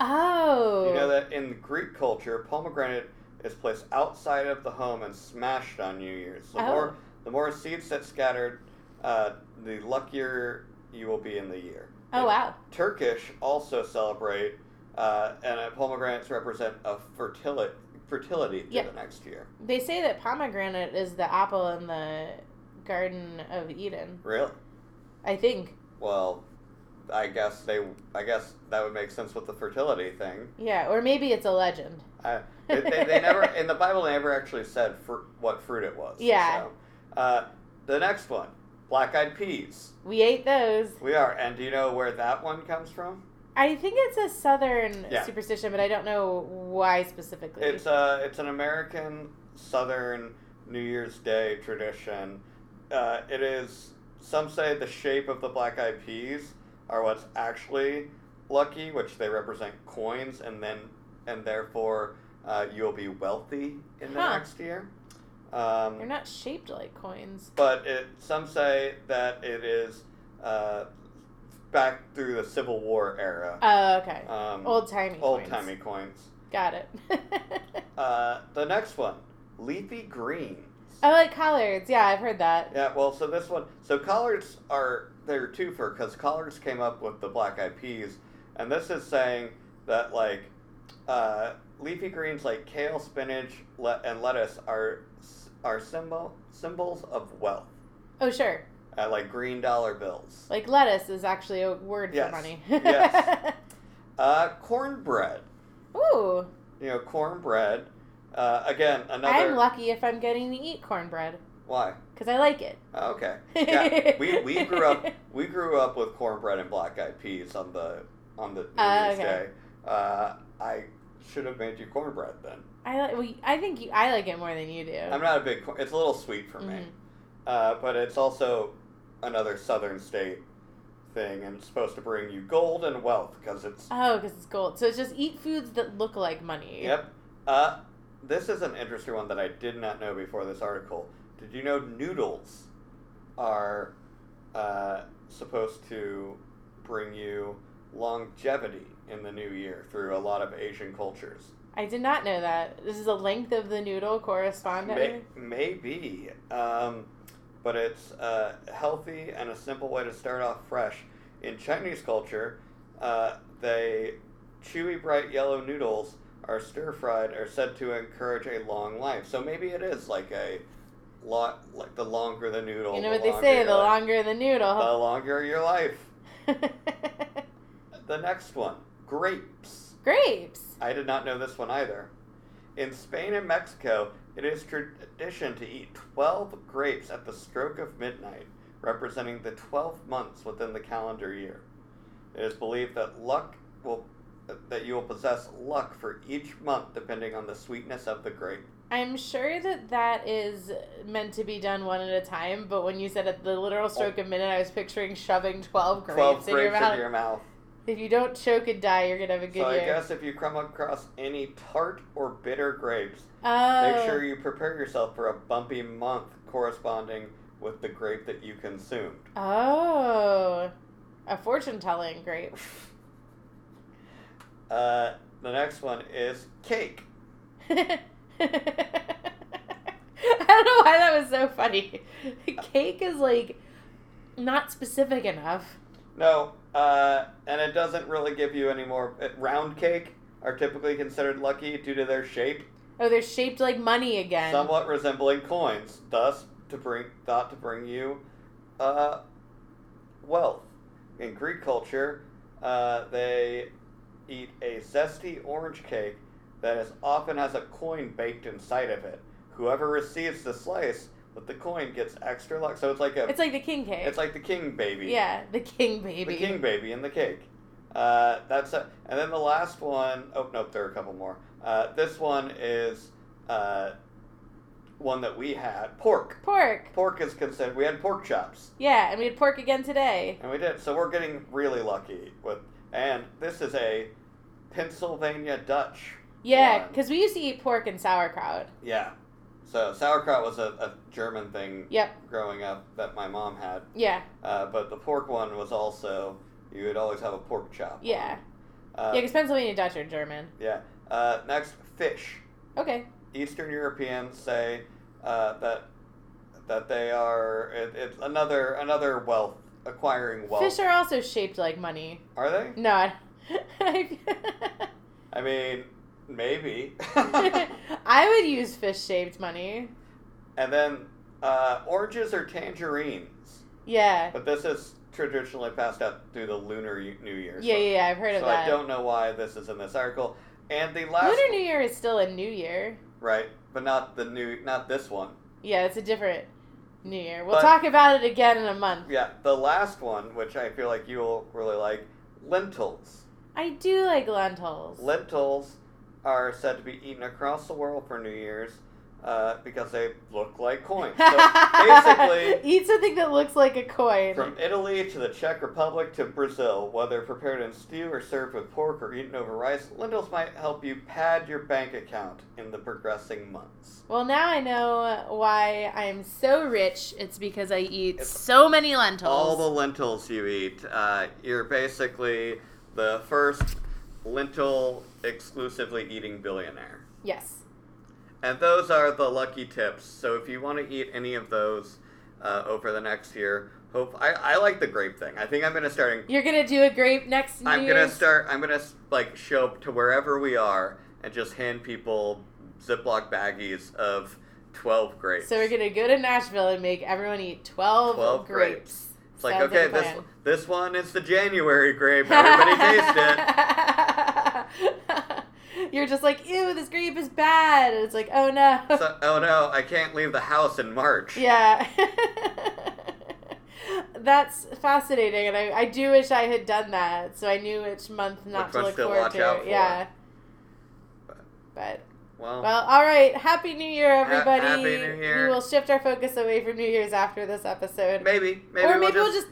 Speaker 3: Oh.
Speaker 1: You know that in Greek culture, pomegranate is placed outside of the home and smashed on New Year's. The
Speaker 3: Oh.
Speaker 1: more the more seeds that scattered, uh, the luckier you will be in the year.
Speaker 3: Oh,
Speaker 1: In
Speaker 3: wow.
Speaker 1: Turkish also celebrate, uh, and uh, pomegranates represent a fertility fertility to
Speaker 3: Yep.
Speaker 1: the next year.
Speaker 3: They say that pomegranate is the apple in the Garden of Eden.
Speaker 1: Really?
Speaker 3: I think.
Speaker 1: Well, I guess they. I guess that would make sense with the fertility thing.
Speaker 3: Yeah, or maybe it's a legend.
Speaker 1: I, they, they they never in the Bible they never actually said fr- what fruit it was.
Speaker 3: Yeah.
Speaker 1: So. Uh, the next one, Black Eyed Peas.
Speaker 3: [laughs] We ate those.
Speaker 1: We are. And do you know where that one comes from?
Speaker 3: I think it's a southern
Speaker 1: Yeah.
Speaker 3: superstition, but I don't know why specifically.
Speaker 1: It's um, a it's an American Southern New Year's Day tradition. Uh, it is some say the shape of the black eyed peas are what's actually lucky, which they represent coins, and then and therefore uh, you'll be wealthy in the
Speaker 3: Huh.
Speaker 1: next year. Um,
Speaker 3: They're not shaped like coins.
Speaker 1: but it, some say that it is uh, back through the Civil War era.
Speaker 3: Oh, okay.
Speaker 1: um,
Speaker 3: old timey.
Speaker 1: old timey coins.
Speaker 3: Got it. [laughs]
Speaker 1: Uh, the next one, leafy greens.
Speaker 3: I like collards. Yeah, I've heard that.
Speaker 1: Yeah, well, so this one, so collards are they're twofer because collards came up with the black eyed peas, and this is saying that like uh, leafy greens like kale, spinach, le- and lettuce are s- are symbol symbols of wealth,
Speaker 3: Oh, sure.
Speaker 1: uh, like green dollar bills.
Speaker 3: Like lettuce is actually a word
Speaker 1: Yes.
Speaker 3: for money.
Speaker 1: Yes. Uh, cornbread,
Speaker 3: [laughs] Ooh,
Speaker 1: you know, cornbread. Uh, again, another
Speaker 3: I'm lucky if I'm getting to eat cornbread
Speaker 1: why?
Speaker 3: because I like it.
Speaker 1: Oh, Okay. Yeah, we,
Speaker 3: [laughs]
Speaker 1: we grew up we grew up with cornbread and black eyed peas on the on the New
Speaker 3: Ah,
Speaker 1: Year's
Speaker 3: okay.
Speaker 1: Day. Uh, I should have made you cornbread then.
Speaker 3: I like. We, I think you, I like it more than you do.
Speaker 1: I'm not a big. Corn, it's a little sweet for me,
Speaker 3: Mhm.
Speaker 1: uh, but it's also another Southern state thing, and it's supposed to bring you gold and wealth because it's.
Speaker 3: Oh, because it's gold. So it's just eat foods that look like money.
Speaker 1: Yep. Uh, this is an interesting one that I did not know before this article. Did you know noodles are uh, supposed to bring you longevity in the new year through a lot of Asian cultures?
Speaker 3: I did not know that. This is the length of the noodle
Speaker 1: May-
Speaker 3: correspondent.
Speaker 1: maybe. Um, but it's uh, healthy and a simple way to start off fresh. In Chinese culture, uh, they chewy, bright yellow noodles are stir fried are said to encourage a long life. So maybe it is like a lot like the longer the noodle.
Speaker 3: You know
Speaker 1: the
Speaker 3: what they
Speaker 1: longer
Speaker 3: say:
Speaker 1: your
Speaker 3: the
Speaker 1: life-
Speaker 3: longer the
Speaker 1: the
Speaker 3: noodle.
Speaker 1: longer your life. The next one, grapes.
Speaker 3: [laughs] Grapes.
Speaker 1: I did not know this one either. In Spain and Mexico, it is tradition to eat 12 grapes at the stroke of midnight, representing the 12 months within the calendar year. It is believed that luck will that you will possess luck for each month depending on the sweetness of the grape.
Speaker 3: I'm sure that that is meant to be done one at a time, but when you said at the literal stroke of minute, I was picturing shoving 12 grapes,
Speaker 1: 12
Speaker 3: in your
Speaker 1: Oh. grapes
Speaker 3: mouth.
Speaker 1: in your mouth.
Speaker 3: If you don't choke and die, you're going to have a good
Speaker 1: So I
Speaker 3: year.
Speaker 1: guess if you come across any tart or bitter grapes,
Speaker 3: oh,
Speaker 1: make sure you prepare yourself for a bumpy month corresponding with the grape that you consumed.
Speaker 3: oh, a fortune telling grape.
Speaker 1: Uh, the next one is cake.
Speaker 3: [laughs] I don't know why that was so funny. Cake is like not specific enough.
Speaker 1: No, uh, and it doesn't really give you any more. uh, Round cake are typically considered lucky due to their shape,
Speaker 3: Oh, they're shaped like money again.
Speaker 1: somewhat resembling coins, thus to bring thought to bring you uh, wealth. In Greek culture, uh, they eat a zesty orange cake that is often has a coin baked inside of it. Whoever receives the slice with the coin gets extra luck. So it's like a
Speaker 3: It's like the king cake.
Speaker 1: It's like the king baby.
Speaker 3: yeah, the king baby.
Speaker 1: The king baby and the cake. Uh, that's a, and then the last one oh nope, there are a couple more. Uh, this one is uh, one that we had pork.
Speaker 3: Pork.
Speaker 1: Pork is considered. We had pork chops,
Speaker 3: Yeah, and we had pork again today.
Speaker 1: and we did. So we're getting really lucky with. And this is a Pennsylvania Dutch.
Speaker 3: Yeah,
Speaker 1: one.
Speaker 3: because we used to eat pork and sauerkraut.
Speaker 1: yeah. So sauerkraut was a, a German thing
Speaker 3: Yep.
Speaker 1: growing up that my mom had.
Speaker 3: Yeah.
Speaker 1: Uh, but the pork one was also you would always have a pork chop. on.
Speaker 3: Yeah.
Speaker 1: Uh,
Speaker 3: yeah, because Pennsylvania Dutch are German.
Speaker 1: yeah. Uh, next, fish.
Speaker 3: Okay.
Speaker 1: Eastern Europeans say uh, that that they are it, it's another another wealth acquiring wealth.
Speaker 3: Fish are also shaped like money.
Speaker 1: Are they?
Speaker 3: No. I-
Speaker 1: I mean, maybe.
Speaker 3: [laughs]
Speaker 1: [laughs]
Speaker 3: I would use fish shaped money.
Speaker 1: and then uh, oranges or tangerines,
Speaker 3: Yeah.
Speaker 1: but this is traditionally passed out through the Lunar Ye- New Year.
Speaker 3: Yeah,
Speaker 1: so,
Speaker 3: yeah, yeah. I've heard of
Speaker 1: so
Speaker 3: that.
Speaker 1: I don't know why this is in this article. And the last
Speaker 3: Lunar New Year is still a new year.
Speaker 1: Right, but not the new, not this one.
Speaker 3: Yeah, it's a different. New Year. We'll
Speaker 1: But-
Speaker 3: talk about it again in a month.
Speaker 1: Yeah, the last one, which I feel like you'll really like, lentils.
Speaker 3: I do like lentils. [laughs]
Speaker 1: Lentils are said to be eaten across the world for New Year's uh, because they look like coins. So
Speaker 3: [laughs]
Speaker 1: basically,
Speaker 3: eat something that looks like a coin.
Speaker 1: from Italy to the Czech Republic to Brazil, whether prepared in stew or served with pork or eaten over rice, lentils might help you pad your bank account in the progressing months.
Speaker 3: well, now I know why I'm so rich. It's because I eat
Speaker 1: It's-
Speaker 3: so many lentils.
Speaker 1: All the lentils you eat, uh, you're basically the first lentil exclusively eating billionaire.
Speaker 3: yes.
Speaker 1: And those are the lucky tips. So if you want to eat any of those uh, over the next year, hope I, I like the grape thing. I think I'm gonna start.
Speaker 3: You're gonna do a grape next New
Speaker 1: I'm gonna
Speaker 3: Year's?
Speaker 1: start. I'm gonna like show up to wherever we are and just hand people Ziploc baggies of twelve grapes.
Speaker 3: So we're gonna go to Nashville and make everyone eat twelve,
Speaker 1: 12
Speaker 3: grapes.
Speaker 1: grapes. It's like
Speaker 3: Sounds
Speaker 1: okay,
Speaker 3: a
Speaker 1: this
Speaker 3: plan.
Speaker 1: this one is the January grape. Everybody taste
Speaker 3: [laughs]
Speaker 1: it.
Speaker 3: You're just like, ew, this grape is bad. And it's like, oh no.
Speaker 1: So, oh no, I can't leave the house in March.
Speaker 3: [laughs] yeah. [laughs] That's fascinating, and I, I do wish I had done that, so I knew which month not
Speaker 1: Which
Speaker 3: to
Speaker 1: ones
Speaker 3: look
Speaker 1: to
Speaker 3: forward
Speaker 1: watch
Speaker 3: to.
Speaker 1: out for.
Speaker 3: Yeah. But
Speaker 1: Well,
Speaker 3: well, all right. Happy New Year,
Speaker 1: Ha-
Speaker 3: everybody.
Speaker 1: Happy New Year.
Speaker 3: We will shift our focus away from New Year's after this episode,
Speaker 1: maybe maybe
Speaker 3: or
Speaker 1: we'll
Speaker 3: maybe
Speaker 1: just,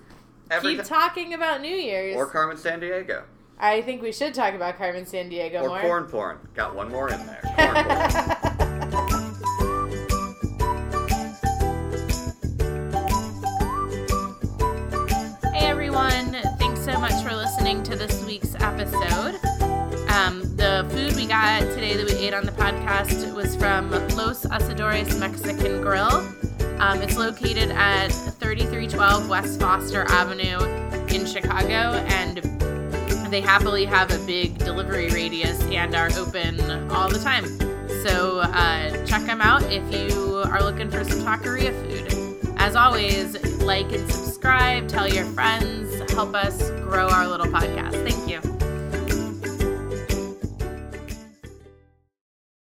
Speaker 1: every
Speaker 3: keep
Speaker 1: ti-
Speaker 3: talking about New Year's.
Speaker 1: or Carmen San Diego.
Speaker 3: I think we should talk about Carmen San Diego
Speaker 1: Or
Speaker 3: more.
Speaker 1: corn porn. Got one more in there. Corn porn.
Speaker 3: Hey everyone, thanks so much for listening to this week's episode. Um, the food we got today that we ate on the podcast was from Los Asadores Mexican Grill. Um, it's located at 3312 West Foster Avenue in Chicago, and they happily have a big delivery radius and are open all the time. So uh, check them out if you are looking for some taqueria food. As always, like and subscribe, tell your friends, help us grow our little podcast. Thank you.